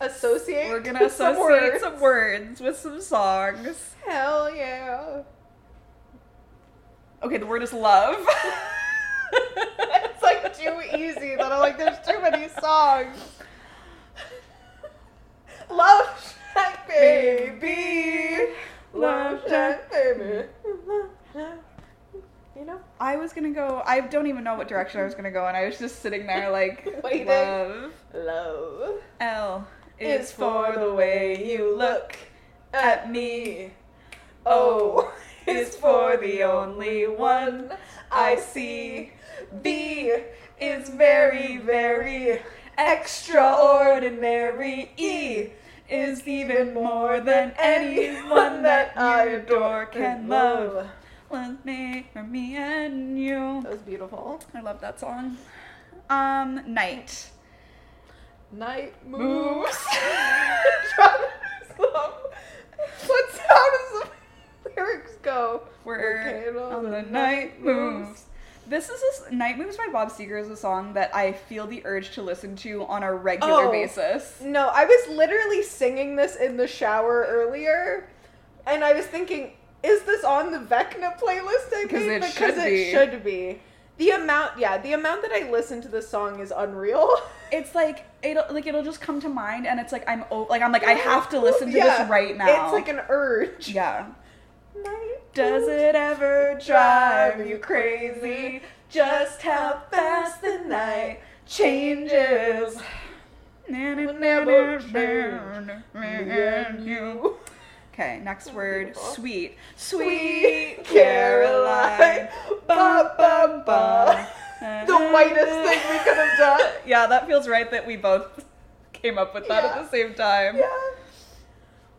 Speaker 1: Associate.
Speaker 2: we're gonna
Speaker 1: (laughs) with some
Speaker 2: associate
Speaker 1: words.
Speaker 2: some words with some songs.
Speaker 1: Hell yeah.
Speaker 2: Okay, the word is love.
Speaker 1: (laughs) It's like too easy that I'm like, there's too many songs. Love Shack Baby. Love Shack Baby. You know?
Speaker 2: I was gonna go. I don't even know what direction I was gonna go, and I was just sitting there like
Speaker 1: (laughs) Waiting.
Speaker 2: love.
Speaker 1: Love.
Speaker 2: L
Speaker 1: is for the way you look
Speaker 2: at me. (laughs) Oh,
Speaker 1: O is oh, for the only one I see. B is very, very extraordinary. E
Speaker 2: is even more than
Speaker 1: (laughs)
Speaker 2: anyone that I adore can love. Love me for me and you.
Speaker 1: That was beautiful.
Speaker 2: I love that song. Um, night
Speaker 1: Night
Speaker 2: moves.
Speaker 1: moves. (laughs) what sound does the lyrics go?
Speaker 2: We're on the night moves. This is a, s- Night Moves by Bob Seger is a song that I feel the urge to listen to on a regular
Speaker 1: Oh.
Speaker 2: basis.
Speaker 1: No, I was literally singing this in the shower earlier, and I was thinking, is this on the Vecna playlist? I
Speaker 2: 'Cause
Speaker 1: made?
Speaker 2: it
Speaker 1: because
Speaker 2: should
Speaker 1: it
Speaker 2: be.
Speaker 1: should be. The amount, yeah, the amount that I listen to this song is unreal.
Speaker 2: It's like it'll like it'll just come to mind, and it's like I'm o- like I'm like I have to listen to
Speaker 1: Yeah,
Speaker 2: this right now.
Speaker 1: It's like an urge.
Speaker 2: yeah.
Speaker 1: Night
Speaker 2: Does
Speaker 1: moves.
Speaker 2: it ever drive you crazy? Just how fast the night changes.
Speaker 1: Will never change.
Speaker 2: Okay, next word
Speaker 1: Beautiful.
Speaker 2: sweet.
Speaker 1: Sweet
Speaker 2: Sweet
Speaker 1: Caroline.
Speaker 2: Caroline.
Speaker 1: Ba ba ba. Uh-huh. The whitest thing we could have done.
Speaker 2: Yeah, that feels right that we both came up with that
Speaker 1: Yeah.
Speaker 2: at the same time.
Speaker 1: Yeah.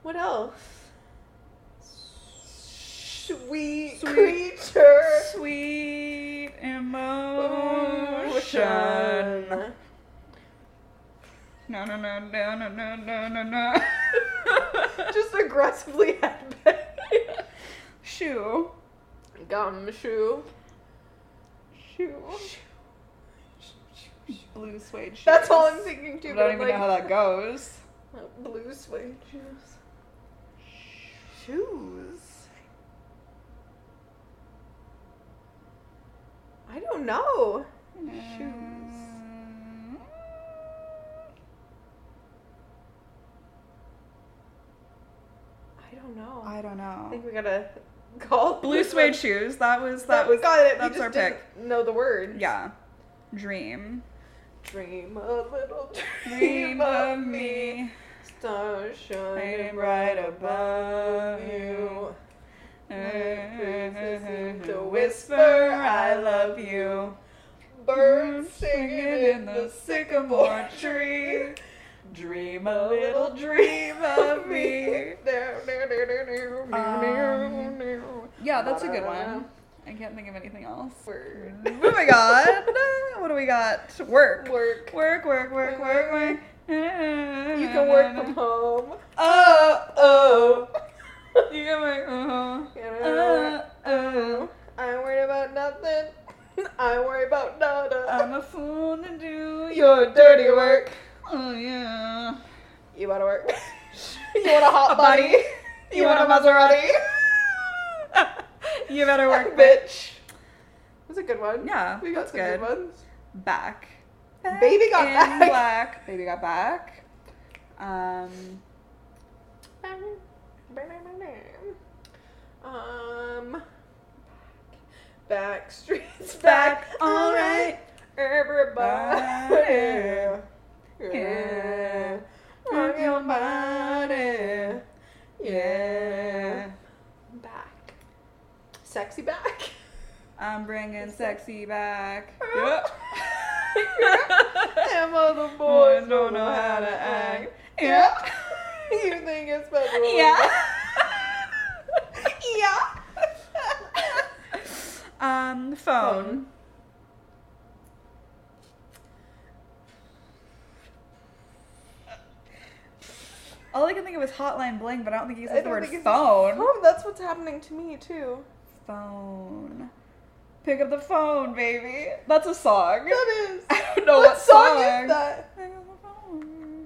Speaker 1: What else? Sweet,
Speaker 2: Sweet
Speaker 1: creature.
Speaker 2: Sweet emotion. No. no no no no no no no no no.
Speaker 1: (laughs)
Speaker 2: (laughs)
Speaker 1: Just aggressively headbanging.
Speaker 2: shoe.
Speaker 1: Gumshoe.
Speaker 2: Shoe. Blue suede shoes.
Speaker 1: That's all I'm thinking
Speaker 2: I
Speaker 1: too. but
Speaker 2: don't
Speaker 1: I'm
Speaker 2: even know
Speaker 1: like,
Speaker 2: how that goes.
Speaker 1: (laughs) Blue suede shoes. Shoes. I don't know. Shoes.
Speaker 2: Mm.
Speaker 1: I don't know. I
Speaker 2: I don't know.
Speaker 1: think we gotta (laughs) call (laughs)
Speaker 2: Blue suede shoes. That was that
Speaker 1: That
Speaker 2: was
Speaker 1: got it.
Speaker 2: that's
Speaker 1: we just
Speaker 2: our
Speaker 1: didn't know the word.
Speaker 2: yeah. Dream.
Speaker 1: Dream a little dream,
Speaker 2: Dream of me.
Speaker 1: Stars shining
Speaker 2: Shining
Speaker 1: bright
Speaker 2: bright
Speaker 1: above
Speaker 2: above
Speaker 1: you.
Speaker 2: The whisper, I love you.
Speaker 1: Birds singing in the sycamore
Speaker 2: tree.
Speaker 1: tree.
Speaker 2: Dream a little dream of
Speaker 1: (laughs)
Speaker 2: me. Um, Yeah, that's a good one. I can't think of anything else.
Speaker 1: Word.
Speaker 2: Moving
Speaker 1: (laughs)
Speaker 2: on. What do we got? Work.
Speaker 1: Oh Work.
Speaker 2: Work, work, work, work, work. Uh-huh. You
Speaker 1: You can work from home.
Speaker 2: Oh,
Speaker 1: (laughs) Oh.
Speaker 2: (laughs) you can work from home.
Speaker 1: I
Speaker 2: Oh, oh.
Speaker 1: ain't worried about nothing. (laughs) I ain't worried about nada.
Speaker 2: I'm a fool to do your.
Speaker 1: Um, Your dirty work.
Speaker 2: Oh, yeah. (laughs)
Speaker 1: You wanna work? (laughs) you want a hot
Speaker 2: A
Speaker 1: body?
Speaker 2: buddy?
Speaker 1: You, want, a Maserati?
Speaker 2: you better work, (laughs) bitch.
Speaker 1: (laughs) bitch. That's a good one.
Speaker 2: Yeah,
Speaker 1: we
Speaker 2: that's
Speaker 1: got some good.
Speaker 2: good.
Speaker 1: ones. (laughs)
Speaker 2: Back.
Speaker 1: Baby got
Speaker 2: in
Speaker 1: back.
Speaker 2: black. (laughs) Baby got back. Um,
Speaker 1: Um, back streets
Speaker 2: back,
Speaker 1: back. (laughs)
Speaker 2: all right.
Speaker 1: everybody. Yeah,
Speaker 2: Yeah.
Speaker 1: work your body. Yeah,
Speaker 2: Yeah.
Speaker 1: back. Sexy back. (laughs)
Speaker 2: I'm bringing sexy (laughs) back.
Speaker 1: Yep. (laughs)
Speaker 2: Yep.
Speaker 1: Them other
Speaker 2: Boys don't know how to act.
Speaker 1: Yeah.
Speaker 2: Yep. (laughs)
Speaker 1: (laughs) you think it's better? when
Speaker 2: Yeah.
Speaker 1: (laughs) yeah.
Speaker 2: Um, phone. All I can think of is hotline bling, but I don't think he
Speaker 1: I
Speaker 2: says the
Speaker 1: don't
Speaker 2: word
Speaker 1: think it's-
Speaker 2: phone.
Speaker 1: Oh, that's what's happening to me too.
Speaker 2: Phone. Pick up the phone, baby. That's a song.
Speaker 1: That is.
Speaker 2: (laughs) I don't know what,
Speaker 1: song,
Speaker 2: song.
Speaker 1: is that?
Speaker 2: Pick up the phone.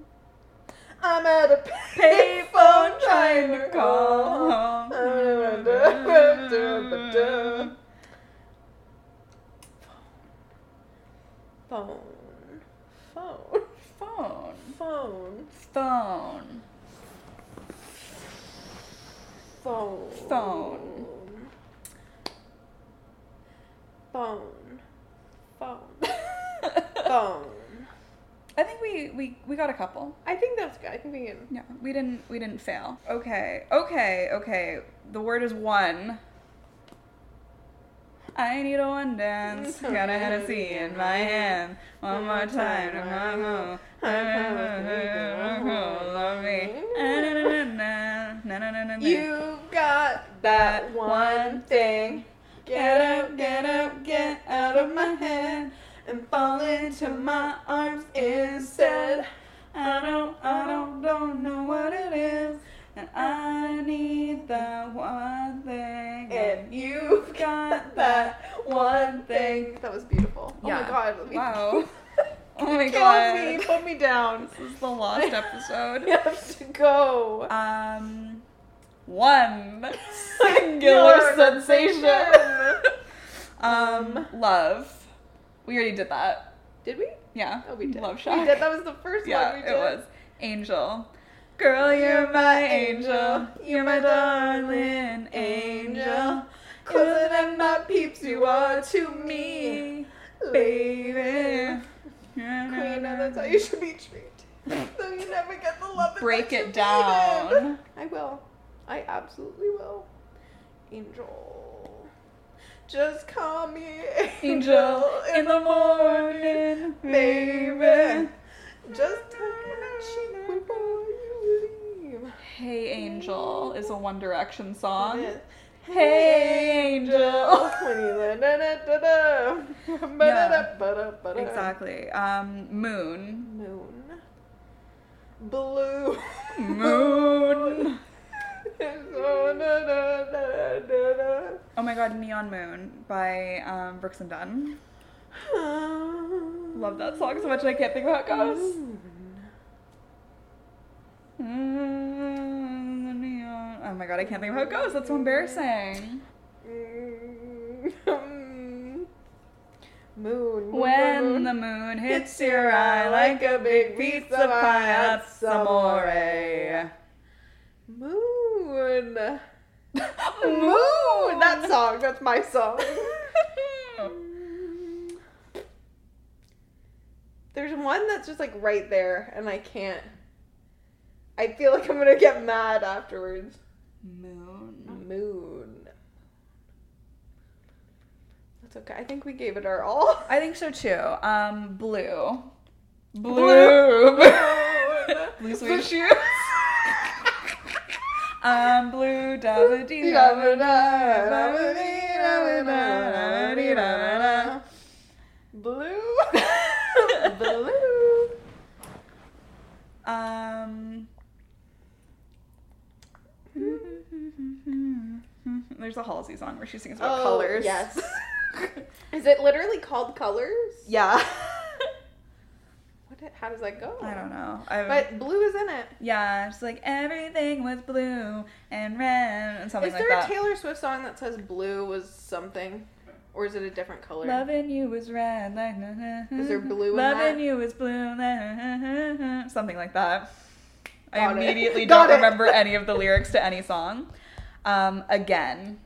Speaker 1: I'm at a
Speaker 2: Payphone trying to call home.
Speaker 1: Phone. Phone.
Speaker 2: Phone.
Speaker 1: Phone.
Speaker 2: Phone.
Speaker 1: Phone.
Speaker 2: Phone.
Speaker 1: Phone. Phone. Phone.
Speaker 2: (laughs) I think we, we, we got a couple.
Speaker 1: I think that's good. I think we can.
Speaker 2: Yeah, we didn't we didn't fail. Okay, okay, okay. The word is one. I need a one (laughs) dance. Got a Hennessy in my hand. One more time to my home. (laughs) Love me. Na-na-na-na-na. Na-na-na-na-na.
Speaker 1: You've got that one thing.
Speaker 2: Get up, get up, get out of my head and fall into my arms instead. I don't, I don't, don't know what it is, and I need that one thing.
Speaker 1: And you've
Speaker 2: got
Speaker 1: that one thing. That was beautiful. Oh my
Speaker 2: Yeah.
Speaker 1: god. let me- (laughs)
Speaker 2: Wow. Oh my
Speaker 1: Kill
Speaker 2: god.
Speaker 1: me. Put me down.
Speaker 2: This is the lost episode.
Speaker 1: (laughs) We have to go.
Speaker 2: Um, (laughs) one singular sensation. (laughs) Um, love. We already did that.
Speaker 1: Did we?
Speaker 2: Yeah.
Speaker 1: Oh, we did.
Speaker 2: Love shot.
Speaker 1: We did. That was the first
Speaker 2: yeah,
Speaker 1: one we did.
Speaker 2: it was. Angel. Girl, you're my angel. You're my darling angel. Closer than my peeps, you are to me, baby.
Speaker 1: Queen, and that's how you should
Speaker 2: (laughs)
Speaker 1: be treated. so you never get the love. that
Speaker 2: Break
Speaker 1: you
Speaker 2: it
Speaker 1: needed.
Speaker 2: down.
Speaker 1: I will. I absolutely will. Angel. Just call me
Speaker 2: Angel in the morning, baby.
Speaker 1: Just turn my cheek before you leave.
Speaker 2: Hey Angel is a One Direction song.
Speaker 1: It is.
Speaker 2: Hey Angel.
Speaker 1: When you la- da- da- da- da. Ba- da- da- ba- da- ba- da.
Speaker 2: (laughs) exactly. Um, moon.
Speaker 1: Moon. blue (laughs)
Speaker 2: Moon.
Speaker 1: moon.
Speaker 2: Oh my god, Neon Moon by um, Brooks and Dunn. Love that song so much and I can't think of how it goes. Mm, the neon- Oh my god, I can't think of how it goes. That's so embarrassing.
Speaker 1: Mm. (laughs) Moon. Moon.
Speaker 2: When the moon hits your eye like a big pizza pie, that's amore.
Speaker 1: moon.
Speaker 2: (laughs) Moon!
Speaker 1: Moon. That song. That's my song. There's one that's just like right there, and I can't. I feel like I'm gonna get mad afterwards.
Speaker 2: (laughs) Moon.
Speaker 1: Moon. That's okay. I think we gave it our all.
Speaker 2: I think so too. Um, blue.
Speaker 1: (laughs) Blue.
Speaker 2: blue
Speaker 1: Blue
Speaker 2: swedish.
Speaker 1: shoes. (laughs)
Speaker 2: Um, blue
Speaker 1: Dee (laughs)
Speaker 2: dabba
Speaker 1: da ba da, da ba dee da ba da, da ba dee da ba da.
Speaker 2: (laughs)
Speaker 1: Blue. Blue.
Speaker 2: Um. There's a Halsey song where she sings about
Speaker 1: Oh,
Speaker 2: colors.
Speaker 1: yes. Is it literally called colors?
Speaker 2: (laughs)
Speaker 1: (laughs)
Speaker 2: yeah.
Speaker 1: What? it- How does that go?
Speaker 2: I don't know. I,
Speaker 1: But blue is in it.
Speaker 2: yeah, it's like everything was blue and red and something
Speaker 1: Is
Speaker 2: like
Speaker 1: there a
Speaker 2: that.
Speaker 1: Taylor Swift song that says blue was something, or is it a different color?
Speaker 2: Loving you is red. Like, na, na, na.
Speaker 1: Is there blue in
Speaker 2: Loving
Speaker 1: that?
Speaker 2: you is blue. na, na, na, na. Something like that. I
Speaker 1: Got it. (laughs)
Speaker 2: immediately
Speaker 1: Got
Speaker 2: don't
Speaker 1: it.
Speaker 2: remember any of the lyrics to any song. Um, again.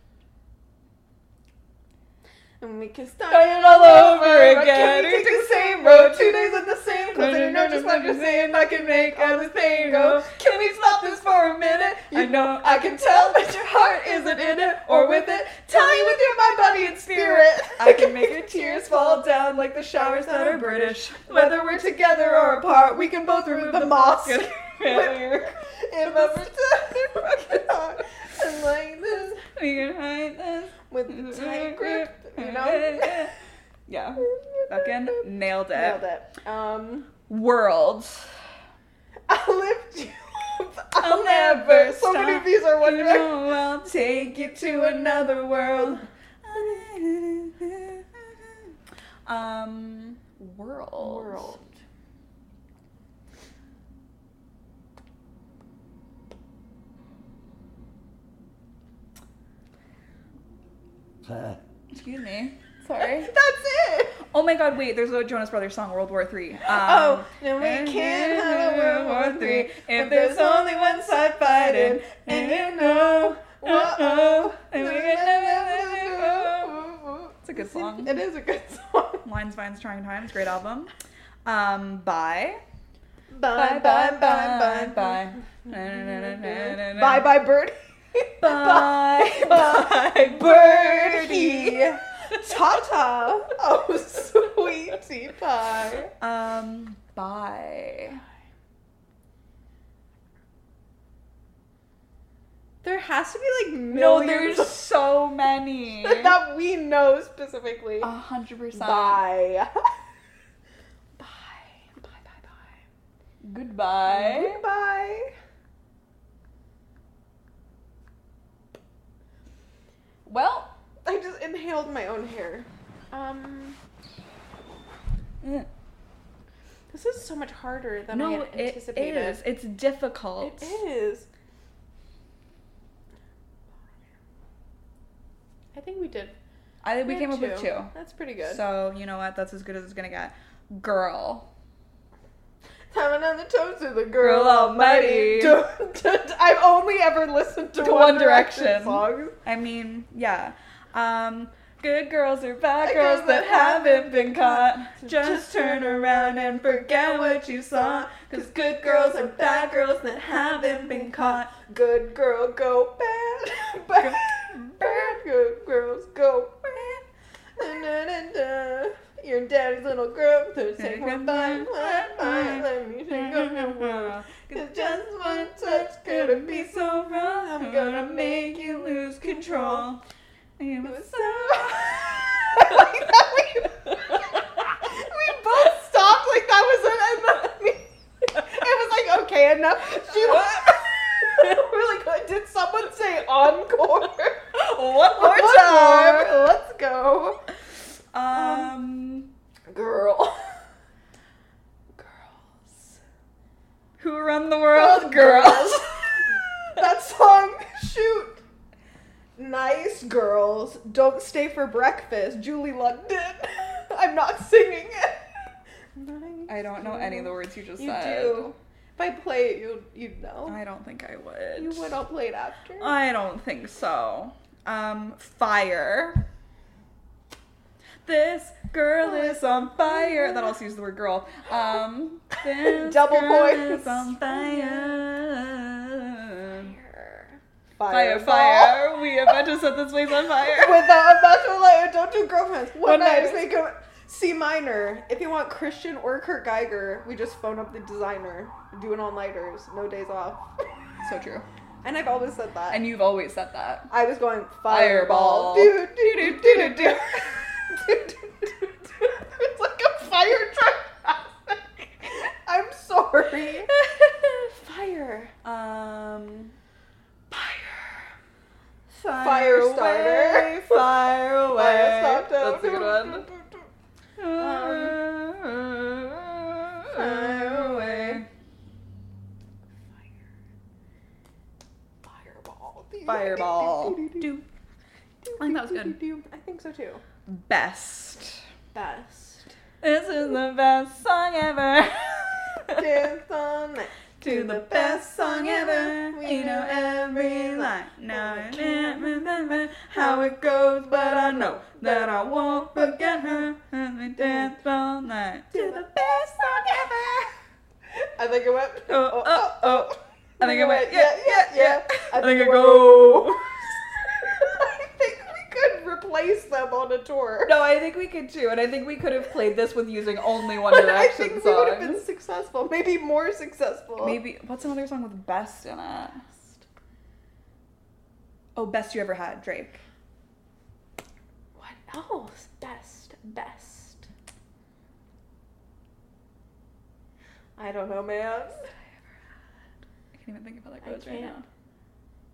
Speaker 1: And we can start
Speaker 2: Start it all over
Speaker 1: Why
Speaker 2: again.
Speaker 1: can't We take the same road, two days at the same place. And you know just what you're saying. I can make all this pain go.
Speaker 2: Can we stop this for a minute? I know I can tell that your heart isn't in it or with it. Tell me with your mind, body, and spirit. I can
Speaker 1: (laughs)
Speaker 2: make your tears fall down like the showers that are British. (laughs) Whether we're together or apart, we can both remove the moss.
Speaker 1: If I'm pretending and like this
Speaker 2: We can hide this
Speaker 1: with a tight grip, you know.
Speaker 2: Yeah. Fucking nailed it.
Speaker 1: Nailed it. Um,
Speaker 2: World.
Speaker 1: I'll lift you up.
Speaker 2: I'll never
Speaker 1: So many
Speaker 2: stop.
Speaker 1: of these are one
Speaker 2: You
Speaker 1: direction.
Speaker 2: know I'll take you to another world. Um, world.
Speaker 1: World.
Speaker 2: Excuse me. Sorry.
Speaker 1: That's it.
Speaker 2: (laughs) Oh my God! Wait, there's a Jonas Brothers song, World War Three. Um,
Speaker 1: oh, no, we can't have a World War Three if there's only one side fighting, and you know, whoa,
Speaker 2: Um, and we can never
Speaker 1: (laughs)
Speaker 2: let it
Speaker 1: never
Speaker 2: It's a good song.
Speaker 1: It is a good (laughs) song.
Speaker 2: Lines, Vines, Trying Times, great album. Um, bye.
Speaker 1: Bye, bye, bye, bye, bye.
Speaker 2: bye.
Speaker 1: Bye, bye, birdie. (laughs)
Speaker 2: Bye.
Speaker 1: Bye, birdie. Ta-ta. Oh, sweetie pie.
Speaker 2: Um, bye.
Speaker 1: There has to be like
Speaker 2: No,
Speaker 1: millions
Speaker 2: there's so (laughs) many.
Speaker 1: (laughs) that we know specifically.
Speaker 2: A hundred percent.
Speaker 1: Bye. (laughs) bye. Bye, bye, bye.
Speaker 2: Goodbye.
Speaker 1: Goodbye.
Speaker 2: Well.
Speaker 1: I just inhaled my own hair. Um, Mm, this is so much harder than I
Speaker 2: No,
Speaker 1: had
Speaker 2: it
Speaker 1: anticipated.
Speaker 2: is. It's difficult.
Speaker 1: It is. I think we did.
Speaker 2: I think we
Speaker 1: had
Speaker 2: came up with two.
Speaker 1: That's pretty good.
Speaker 2: So you know what? That's as good as it's gonna get. Girl.
Speaker 1: Time another toast to the
Speaker 2: Girl
Speaker 1: girl almighty. I've only ever listened to,
Speaker 2: To
Speaker 1: One
Speaker 2: One
Speaker 1: Direction,
Speaker 2: Direction.
Speaker 1: songs.
Speaker 2: I mean, yeah. Um, good girls or bad
Speaker 1: Bad
Speaker 2: girls
Speaker 1: girls
Speaker 2: that
Speaker 1: that
Speaker 2: haven't
Speaker 1: haven't
Speaker 2: been caught. Just turn around and forget what you saw. Cause good girls are bad girls that haven't been caught.
Speaker 1: Good girl go bad. (laughs) Bad, bad good girls go bad. Na, na, na, na. Your daddy's little girl, they're saying one by one by let me think of your world.
Speaker 2: (laughs) Cause just one touch could be so wrong. I'm gonna make you lose control. It was (laughs)
Speaker 1: (laughs) we both stopped like that was an, an- I mean, it was like okay enough. She was (laughs) really good. Did someone say encore?
Speaker 2: (laughs) One more
Speaker 1: One
Speaker 2: time.
Speaker 1: more. Let's go.
Speaker 2: Um,
Speaker 1: Girl. Girls.
Speaker 2: who run the world,
Speaker 1: World
Speaker 2: girls?
Speaker 1: (laughs) That song, shoot. Nice girls, don't stay for breakfast, Julie London. (laughs) I'm not singing it. Nice
Speaker 2: (laughs) I don't know any of the words you just
Speaker 1: You
Speaker 2: said.
Speaker 1: do. If I play it, you you'd know.
Speaker 2: I don't think I would.
Speaker 1: You would. I'll play it after.
Speaker 2: I don't think so. Um, fire. This girl is on fire. That also uses the word girl. Um, this
Speaker 1: Double
Speaker 2: girl
Speaker 1: points.
Speaker 2: is on fire. Fire,
Speaker 1: Fireball.
Speaker 2: fire. We are about to set this place on
Speaker 1: (laughs)
Speaker 2: fire.
Speaker 1: With the Abato Layer, don't do girlfriends. One,
Speaker 2: One
Speaker 1: night,
Speaker 2: night.
Speaker 1: make a C minor. If you want Christian or Kurt Geiger, we just phone up the designer. Do an all nighters, no days off.
Speaker 2: (laughs) So true.
Speaker 1: And I've always said that.
Speaker 2: And you've always said that.
Speaker 1: I was going
Speaker 2: Fireball.
Speaker 1: fireball. Do, do, do, do, do, do. (laughs) Do, do, do, do. It's like a fire truck. (laughs) I'm
Speaker 2: (laughs)
Speaker 1: sorry. Fire.
Speaker 2: um, fire.
Speaker 1: Fire
Speaker 2: away,
Speaker 1: starter.
Speaker 2: Fire away.
Speaker 1: (laughs) Fire Oh, stopped out.
Speaker 2: That's a good
Speaker 1: (laughs)
Speaker 2: one.
Speaker 1: Fire away. Fireball.
Speaker 2: Fireball. Do. I think that was good.
Speaker 1: I think so too.
Speaker 2: Best.
Speaker 1: Best.
Speaker 2: This is the best song (laughs) ever.
Speaker 1: Dance all night
Speaker 2: to the best song ever. We know every line. Oh, Now I can't remember how it goes, but I know that I won't forget her. And we dance all night to the best song ever.
Speaker 1: I think it went.
Speaker 2: Oh, oh, oh. I think I went, yeah,
Speaker 1: Yeah,
Speaker 2: yeah, yeah.
Speaker 1: yeah.
Speaker 2: I think I
Speaker 1: we're-
Speaker 2: go.
Speaker 1: (laughs) I think we could replace them on a tour.
Speaker 2: No, I think we could too, and I think we could have played this with using only (laughs) One
Speaker 1: But (laughs) I think
Speaker 2: Direction
Speaker 1: we would have been
Speaker 2: songs.
Speaker 1: successful. Maybe more successful.
Speaker 2: Maybe what's another song with best in it? Oh, best you ever had, Drake.
Speaker 1: What else? Best, best. I don't know, man.
Speaker 2: I can't even think of how that
Speaker 1: I
Speaker 2: goes right
Speaker 1: can't.
Speaker 2: now.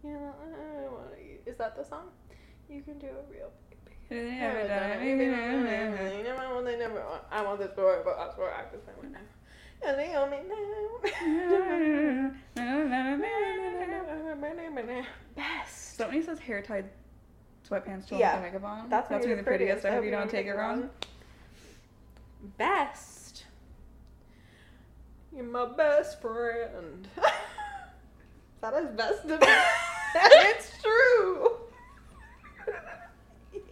Speaker 1: You know, I don't wanna- is that the song? You can do a real baby. I want the number one. I want this story, but I swear I could say my name. And they owe me now. Best. (laughs)
Speaker 2: So when he says hair tied, sweatpants, still
Speaker 1: Yeah.
Speaker 2: no makeup on,
Speaker 1: That's when
Speaker 2: that's
Speaker 1: you're
Speaker 2: the
Speaker 1: the
Speaker 2: prettiest.
Speaker 1: prettiest.
Speaker 2: I hope you don't take it wrong.
Speaker 1: Best. You're my best friend. (laughs) that is best (laughs) of It's true. (laughs) the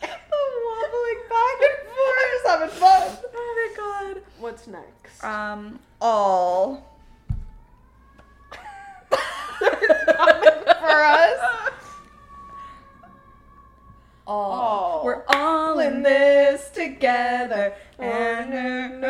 Speaker 1: wobbling back and forth is (laughs) having fun. Uh,
Speaker 2: Oh my
Speaker 1: What's next?
Speaker 2: god. Um, all.
Speaker 1: for us.
Speaker 2: All.
Speaker 1: All.
Speaker 2: We're all in this together.
Speaker 1: Oh,
Speaker 2: And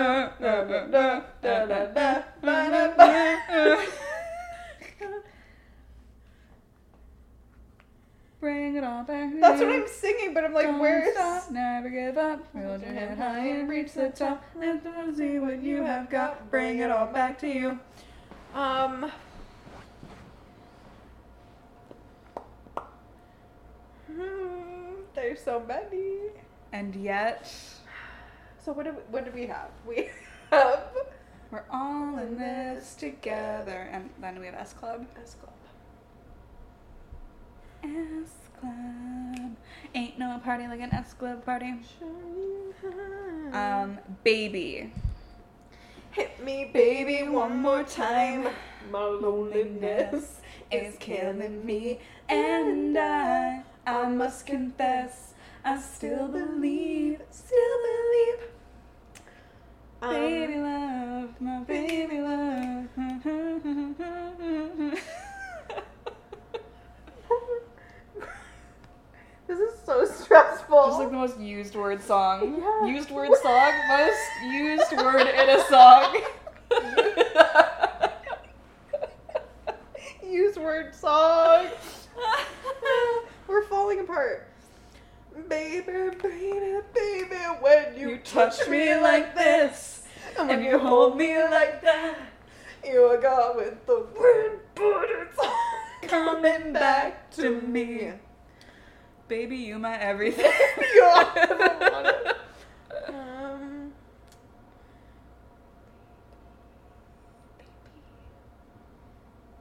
Speaker 2: Bring it all back.
Speaker 1: (laughs) That's what
Speaker 2: now.
Speaker 1: I'm singing, but I'm like,
Speaker 2: Don't
Speaker 1: where's
Speaker 2: stop, never give up. We'll just get high and reach the top. Let them see what you have got. Bring it all back to you.
Speaker 1: um? hmm, There's so many.
Speaker 2: And yet,
Speaker 1: So what do we, what do we have? We have
Speaker 2: we're all in this together. And then we have S Club.
Speaker 1: S Club.
Speaker 2: S Club. Ain't no party like an S Club party. Um, baby.
Speaker 1: Hit me, baby, one more time. My loneliness is killing me.
Speaker 2: me, and I, I must confess, I still believe, still believe. Baby
Speaker 1: Um,
Speaker 2: love, my baby (laughs) love.
Speaker 1: (laughs) this is so stressful.
Speaker 2: Just like the most used word song.
Speaker 1: Yeah.
Speaker 2: Used word song, most used word in a
Speaker 1: (laughs)
Speaker 2: song. (laughs)
Speaker 1: Use word song. We're falling apart. Baby, baby, baby, when you,
Speaker 2: you touch me like this,
Speaker 1: and
Speaker 2: and you hold me like that.
Speaker 1: You got with the wind, but it's all
Speaker 2: Coming back to
Speaker 1: (laughs)
Speaker 2: me. Baby, you my (laughs) everything.
Speaker 1: God, I don't
Speaker 2: (laughs)
Speaker 1: want it. Um,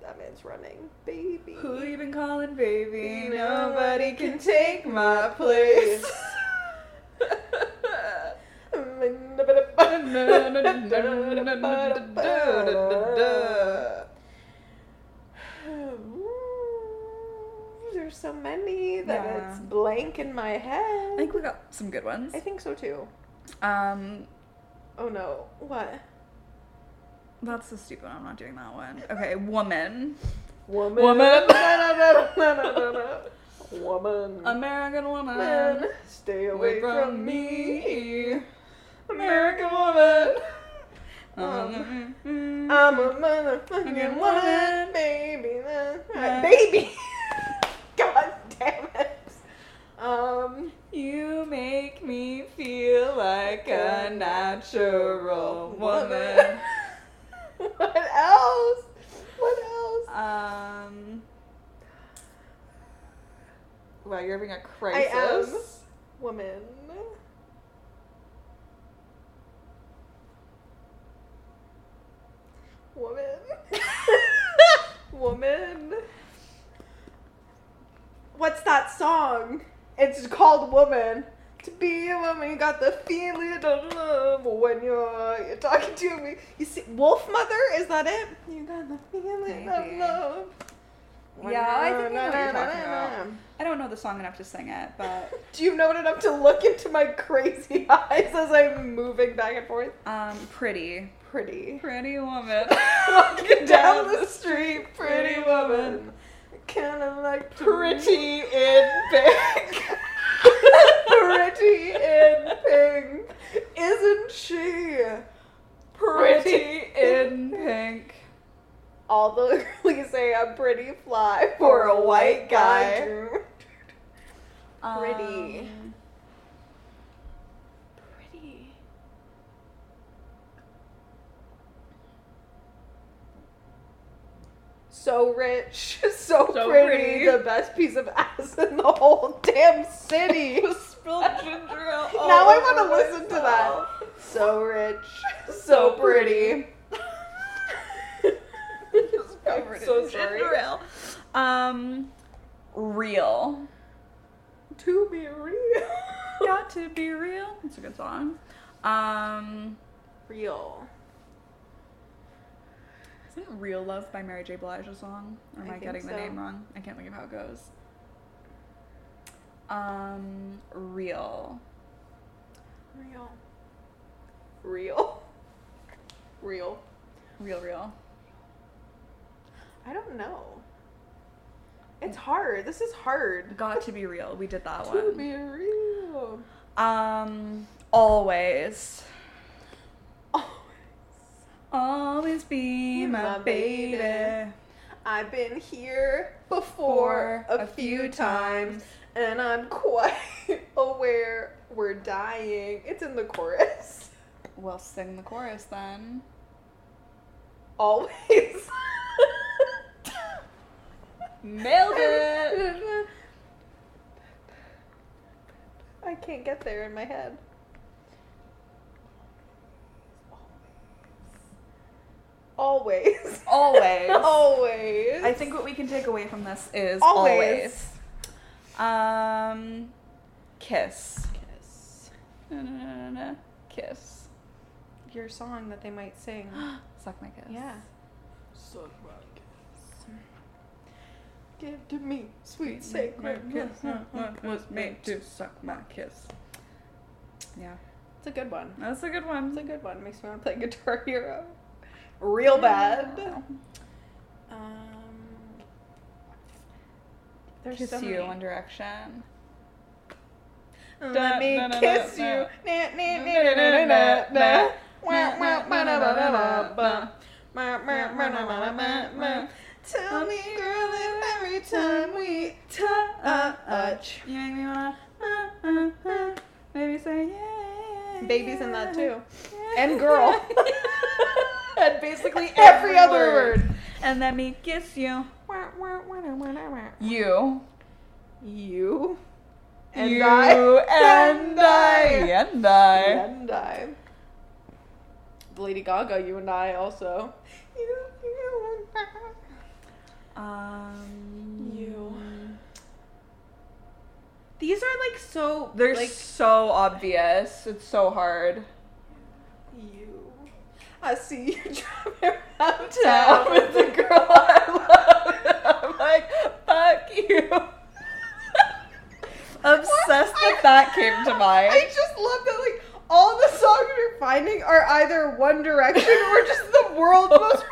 Speaker 1: that man's running, baby.
Speaker 2: Who you been calling baby?
Speaker 1: Baby,
Speaker 2: Nobody (laughs) can take
Speaker 1: take
Speaker 2: my place.
Speaker 1: (sighs) There's so many that
Speaker 2: Yeah.
Speaker 1: it's blank in my head.
Speaker 2: I think we got some good ones.
Speaker 1: I think so too.
Speaker 2: Um,
Speaker 1: Oh no. What?
Speaker 2: that's so stupid. I'm not doing that one. Okay, woman.
Speaker 1: Woman.
Speaker 2: Woman.
Speaker 1: (laughs) No, no, no, no, no, no, no. Woman.
Speaker 2: American
Speaker 1: Man,
Speaker 2: woman.
Speaker 1: stay away from, me.
Speaker 2: American woman.
Speaker 1: Um,
Speaker 2: Um,
Speaker 1: I'm a motherfucking
Speaker 2: Fucking
Speaker 1: woman,
Speaker 2: woman.
Speaker 1: baby. That's right.
Speaker 2: Yeah.
Speaker 1: Baby. (laughs) God damn it. Um.
Speaker 2: You make me feel like a natural woman.
Speaker 1: (laughs) what else? What else?
Speaker 2: Um. Wow, you're having a
Speaker 1: I
Speaker 2: crisis.
Speaker 1: am. Woman. Woman. (laughs) Woman. What's that song? It's called Woman. To be a woman, you got the feeling of love when you're, you're talking to me. You see, Wolf Mother, is that it? You got the feeling
Speaker 2: Maybe.
Speaker 1: of love.
Speaker 2: Yeah, I think I know what you're talking about. I don't know the song enough to sing it, but
Speaker 1: Do you know it enough to look into my crazy (laughs) eyes as I'm moving back and forth?
Speaker 2: (laughs) um, pretty,
Speaker 1: Pretty.
Speaker 2: pretty (laughs) woman.
Speaker 1: Walking down the street, pretty woman. Kinda like pretty in pink. (laughs) pretty in pink. Isn't she?
Speaker 2: pretty in pink.
Speaker 1: All (laughs) the girlies say I'm pretty fly for a white guy. Pretty.
Speaker 2: Um,
Speaker 1: Pretty. So rich, (laughs) so,
Speaker 2: So
Speaker 1: pretty,
Speaker 2: pretty.
Speaker 1: the best piece of ass in the whole damn (laughs)
Speaker 2: (laughs)
Speaker 1: city.
Speaker 2: Spilled ginger ale. all
Speaker 1: now I
Speaker 2: over
Speaker 1: want to listen to that.
Speaker 2: myself.
Speaker 1: So rich, (laughs) so pretty. (laughs)
Speaker 2: Just covered
Speaker 1: I'm so
Speaker 2: in
Speaker 1: sorry.
Speaker 2: ginger ale. Um, (laughs) real.
Speaker 1: to be (laughs) real.
Speaker 2: Got to be real. It's a good song. Um,
Speaker 1: real.
Speaker 2: isn't "Real Love" by Mary J. Blige a song? Or
Speaker 1: I
Speaker 2: am I,
Speaker 1: think
Speaker 2: getting
Speaker 1: so.
Speaker 2: the name wrong? I can't think of how it goes. Um, real.
Speaker 1: Real. Real. Real.
Speaker 2: Real, real.
Speaker 1: I don't know. It's hard. This is hard.
Speaker 2: Got to be real. We did that one.
Speaker 1: be real.
Speaker 2: Um, always.
Speaker 1: Oh,
Speaker 2: Always be my,
Speaker 1: My
Speaker 2: baby.
Speaker 1: baby. I've been here before
Speaker 2: For
Speaker 1: a few times, and I'm quite (laughs) aware we're dying. It's in the chorus. (laughs)
Speaker 2: We'll sing the chorus then.
Speaker 1: (laughs) Always. (laughs)
Speaker 2: Nailed it.
Speaker 1: I can't get there in my head. Always.
Speaker 2: Always.
Speaker 1: Always.
Speaker 2: I think what we can take away from this is
Speaker 1: Always.
Speaker 2: always. Um, kiss.
Speaker 1: kiss.
Speaker 2: Na, na, na, na, na. Kiss.
Speaker 1: Your song that they might
Speaker 2: (gasps)
Speaker 1: sing.
Speaker 2: Suck my kiss.
Speaker 1: yeah. Suck my kiss. Give to me sweet sacred kiss.
Speaker 2: was made to suck my kiss. Yeah,
Speaker 1: It's a good one.
Speaker 2: that's a good
Speaker 1: It's
Speaker 2: one.
Speaker 1: a good one. Makes me want to play (laughs) Guitar Hero. Real bad. Um, there's
Speaker 2: Kiss
Speaker 1: so
Speaker 2: you,
Speaker 1: many. Um,
Speaker 2: One Direction.
Speaker 1: Let me
Speaker 2: Da- da- da-
Speaker 1: kiss
Speaker 2: da-
Speaker 1: you. Na- na- na- na- na- na- na. Wah- wah- ba- da- ba- da- ba- ba.
Speaker 2: Every
Speaker 1: Ma- ma- ma- ma- ma- ma- ma. Tell me, girl, if every time we uh, touch.
Speaker 2: Uh, You make me wanna uh, uh, uh, baby say yeah.
Speaker 1: Babies in that too. (laughs)
Speaker 2: yeah.
Speaker 1: And girl. and basically every other word.
Speaker 2: (laughs) And let me kiss you. You.
Speaker 1: You and
Speaker 2: you
Speaker 1: I
Speaker 2: and I. And I.
Speaker 1: (laughs) and I. Lady Gaga, you and I also. You, you and
Speaker 2: Um.
Speaker 1: You.
Speaker 2: These are like so. They're
Speaker 1: like-
Speaker 2: so obvious. It's so hard.
Speaker 1: I. You. I see you (laughs) driving around town with the girl I love.
Speaker 2: (laughs) I'm like, fuck you. (laughs) Obsessed that that came to mind. (laughs)
Speaker 1: I just love that, like, all the songs you're finding are either One Direction or just the world's (laughs) most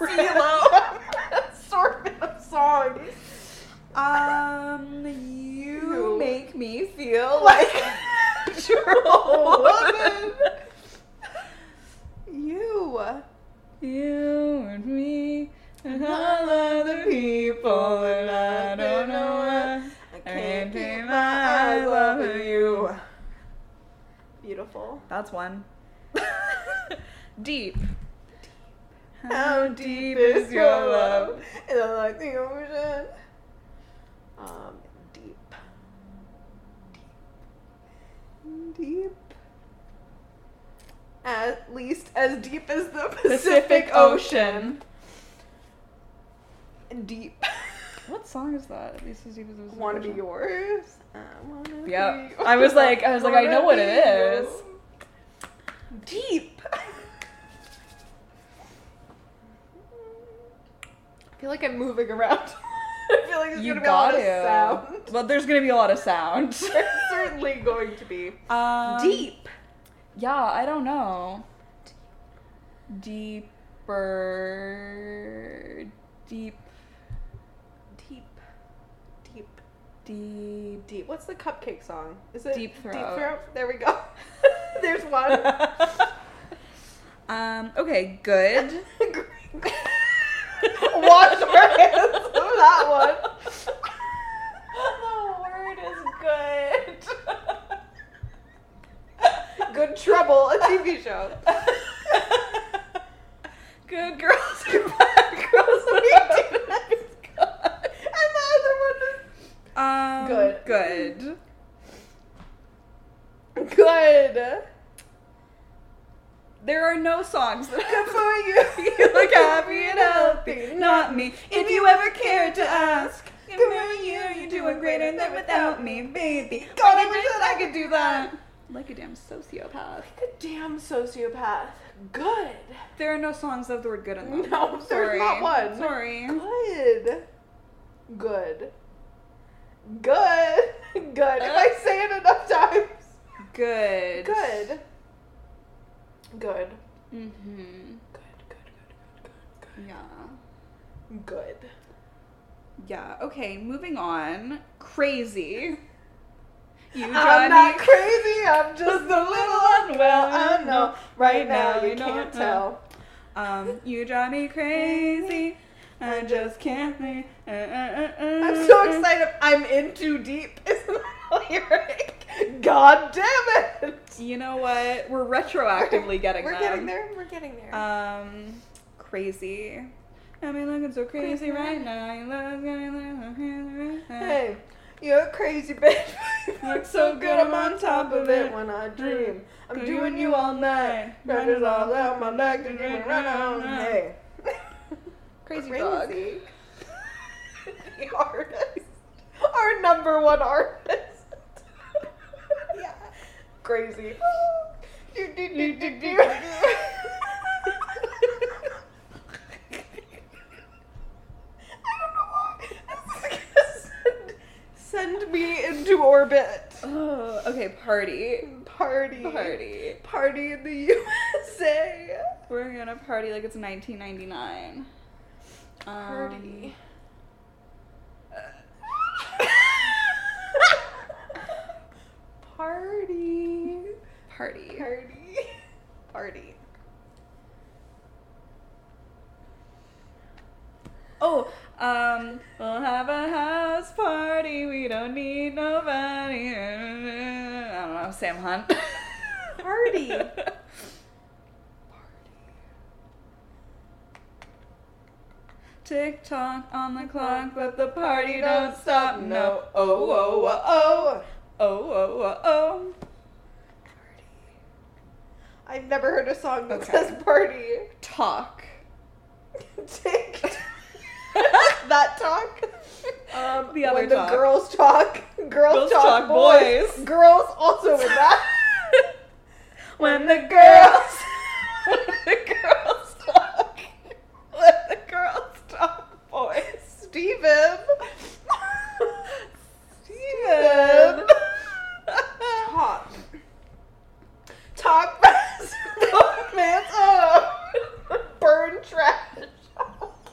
Speaker 1: (laughs)
Speaker 2: CeeLo.
Speaker 1: assortment of songs.
Speaker 2: (laughs) Um, you
Speaker 1: You.
Speaker 2: make me feel like you're a woman.
Speaker 1: (laughs) You.
Speaker 2: You and me and all other people, and I don't know why.
Speaker 1: I
Speaker 2: Can't
Speaker 1: can't
Speaker 2: take
Speaker 1: keep
Speaker 2: my
Speaker 1: my
Speaker 2: eyes
Speaker 1: eyes
Speaker 2: off
Speaker 1: off
Speaker 2: of
Speaker 1: of
Speaker 2: you.
Speaker 1: Beautiful.
Speaker 2: That's one. (laughs) deep.
Speaker 1: How deep is your love? And I'm like the ocean. Um, deep. Deep. Deep. At least as deep as the Pacific Ocean. Deep. (laughs)
Speaker 2: What song is that? At least as deep as it was
Speaker 1: wanna be
Speaker 2: original.
Speaker 1: yours? I wanna
Speaker 2: Yep.
Speaker 1: (laughs) be
Speaker 2: I was like- I was like, I
Speaker 1: Wanna
Speaker 2: know what it
Speaker 1: be
Speaker 2: is.
Speaker 1: yours. Deep. I feel like I'm moving around. (laughs) I feel like there's
Speaker 2: You
Speaker 1: gonna be a lot
Speaker 2: got
Speaker 1: of
Speaker 2: it.
Speaker 1: sound.
Speaker 2: Well, there's gonna be a lot of sound.
Speaker 1: (laughs) There's certainly going to be.
Speaker 2: (laughs) um,
Speaker 1: Deep.
Speaker 2: Yeah, I don't know. Deeper. Deep.
Speaker 1: Deep. Deep.
Speaker 2: Deep.
Speaker 1: Deep. What's the cupcake song? Is it
Speaker 2: Deep Throat.
Speaker 1: Deep throat. There we go. (laughs)
Speaker 2: (laughs)
Speaker 1: there's (laughs) one.
Speaker 2: um, okay,
Speaker 1: (laughs)
Speaker 2: good. (laughs)
Speaker 1: Wash your hands of that one.
Speaker 2: the word is good.
Speaker 1: Good Trouble, a TV
Speaker 2: (laughs)
Speaker 1: show.
Speaker 2: Good girls are bad (laughs)
Speaker 1: (laughs)
Speaker 2: girls.
Speaker 1: And the other one is
Speaker 2: um,
Speaker 1: Good.
Speaker 2: Good.
Speaker 1: good.
Speaker 2: There are no songs (laughs) that
Speaker 1: Good
Speaker 2: have
Speaker 1: for you.
Speaker 2: (laughs) you look happy and healthy, not me. If you ever cared to ask, good for you, you're doing greater than without me, baby. God, I wish that I could do that. Like a damn sociopath.
Speaker 1: The damn sociopath. Good.
Speaker 2: There are no songs that have the word good in them.
Speaker 1: No, there's
Speaker 2: Sorry.
Speaker 1: not one.
Speaker 2: Sorry.
Speaker 1: Good. Good. Good. (laughs) Good. If I say it enough times.
Speaker 2: Good.
Speaker 1: Good. Good.
Speaker 2: Mm-hmm.
Speaker 1: Good, good,
Speaker 2: Yeah.
Speaker 1: good, good, good, good.
Speaker 2: Yeah. Okay, moving on. Crazy. You
Speaker 1: I'm not crazy, I'm (laughs) just a little unwell. I know. Right
Speaker 2: now
Speaker 1: now, you
Speaker 2: you don't
Speaker 1: can't
Speaker 2: know.
Speaker 1: tell.
Speaker 2: Um, you drive me crazy. I just can't be. uh, uh, uh, uh,
Speaker 1: I'm so
Speaker 2: uh.
Speaker 1: excited. I'm in too deep, (laughs) is the lyric. God damn it.
Speaker 2: You know what? We're
Speaker 1: (laughs)
Speaker 2: retroactively getting
Speaker 1: We're
Speaker 2: them.
Speaker 1: getting there. We're getting there.
Speaker 2: Um, crazy. I mean, looking so crazy right now. You look, you look crazy right now.
Speaker 1: hey, you're a crazy (laughs) bitch.
Speaker 2: Look so
Speaker 1: Look so
Speaker 2: good,
Speaker 1: good, I'm on top of it when I dream. I'm doing you all night. Runners all out my neck, and you run on. Hey.
Speaker 2: Crazy,
Speaker 1: (laughs) Crazy. (laughs)
Speaker 2: (laughs)
Speaker 1: the artist. Our number one artist. yeah. (laughs) Crazy. Do, do, do, do, do. Send- Send me into orbit.
Speaker 2: dog. Oh, okay, party.
Speaker 1: Party.
Speaker 2: Party.
Speaker 1: Party in the USA.
Speaker 2: We're gonna party like it's 1999. Um,
Speaker 1: Party. Um, Party.
Speaker 2: Party.
Speaker 1: Party. (laughs) Party.
Speaker 2: Oh, um, we'll have a house party. We don't need nobody. I don't know, (laughs) Sam Hunt.
Speaker 1: Party. Party.
Speaker 2: Tick tock on the clock, but the party don't stop. No.
Speaker 1: Oh, oh, oh, oh.
Speaker 2: Oh, oh, oh, oh.
Speaker 1: I've never heard a song that
Speaker 2: Okay.
Speaker 1: says party.
Speaker 2: Talk. (laughs)
Speaker 1: Tick. that talk. Um,
Speaker 2: The other
Speaker 1: when the
Speaker 2: talk.
Speaker 1: girls talk, girls,
Speaker 2: Girls
Speaker 1: talk,
Speaker 2: talk
Speaker 1: boys.
Speaker 2: boys.
Speaker 1: Girls also with that.
Speaker 2: (laughs) when the girls. (laughs) when the girls talk. When the girls talk, boys.
Speaker 1: Steven.
Speaker 2: Steven.
Speaker 1: Talk. Talk fast. romance. Oh. Burn trash.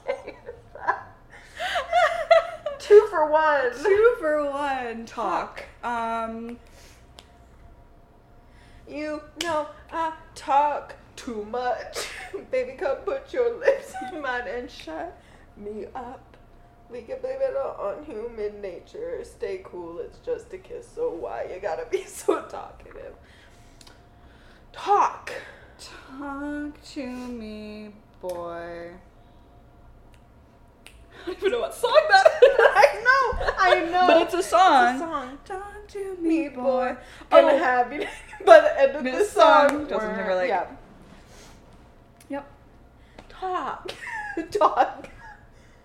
Speaker 1: (laughs) Two for one.
Speaker 2: Two for one. Talk. Um.
Speaker 1: You know I talk too much. (laughs) Baby, come put your lips in mine and shut me up. We can blame it all on human nature. Stay cool, it's just a kiss, so why you gotta be (laughs) so talkative? Talk. (laughs)
Speaker 2: Talk to me, boy. I don't even know what song that is.
Speaker 1: I know, I know.
Speaker 2: (laughs) But it's a song.
Speaker 1: It's a song.
Speaker 2: Talk to
Speaker 1: Me
Speaker 2: me,
Speaker 1: boy,
Speaker 2: boy.
Speaker 1: gonna
Speaker 2: Oh.
Speaker 1: have you (laughs) by the end of
Speaker 2: This
Speaker 1: this song.
Speaker 2: song, Justin
Speaker 1: we're-
Speaker 2: Timberlake.
Speaker 1: Yeah.
Speaker 2: Yep.
Speaker 1: Talk. (laughs) talk.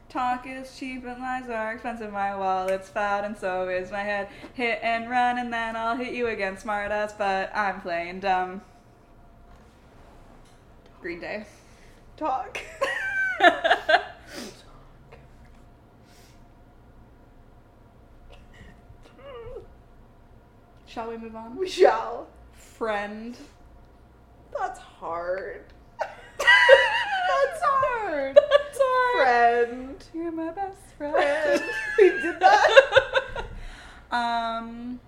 Speaker 2: Talk is cheap and lies are expensive. My wallet's fat and so is my head. Hit and run and then I'll hit you again, smart ass, but I'm playing dumb. Green Day. (laughs)
Speaker 1: Talk. (laughs)
Speaker 2: Shall we move
Speaker 1: (laughs)
Speaker 2: on?
Speaker 1: we shall.
Speaker 2: Friend.
Speaker 1: That's (laughs) hard.
Speaker 2: (laughs) That's hard. That's hard.
Speaker 1: Friend.
Speaker 2: You're my best friend. (laughs)
Speaker 1: Friend. we did that. (laughs)
Speaker 2: um.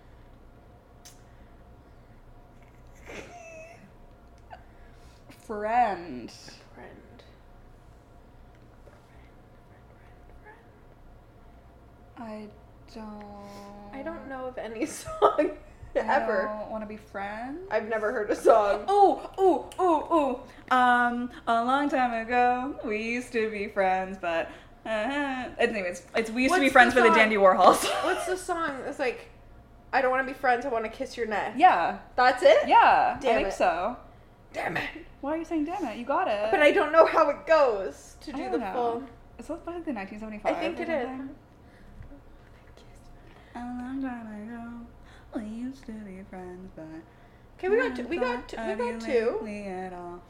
Speaker 2: Friend.
Speaker 1: Friend.
Speaker 2: I don't.
Speaker 1: I don't know of any (laughs) song ever.
Speaker 2: I don't want to be friends.
Speaker 1: I've never heard a song.
Speaker 2: Oh, oh, oh, oh. Um, a long time ago, we used to be friends, but uh, anyways, it's we used to be
Speaker 1: What's
Speaker 2: friends
Speaker 1: the
Speaker 2: for the
Speaker 1: song?
Speaker 2: Dandy Warhols.
Speaker 1: (laughs) What's the song? It's like, I don't want to be friends. I want to kiss your neck.
Speaker 2: (laughs) Yeah,
Speaker 1: That's it.
Speaker 2: yeah. I
Speaker 1: Damn
Speaker 2: think
Speaker 1: it.
Speaker 2: so.
Speaker 1: Damn it.
Speaker 2: Why are you saying damn it? You got it.
Speaker 1: But I don't know how it goes to
Speaker 2: I
Speaker 1: do
Speaker 2: don't
Speaker 1: the
Speaker 2: know.
Speaker 1: full.
Speaker 2: Is that by the 1975?
Speaker 1: I think it is.
Speaker 2: A long time ago, we used to be friends, but
Speaker 1: Okay, we got
Speaker 2: I
Speaker 1: two. We
Speaker 2: haven't
Speaker 1: got two. We
Speaker 2: thought
Speaker 1: got
Speaker 2: of you
Speaker 1: two.
Speaker 2: lately at all.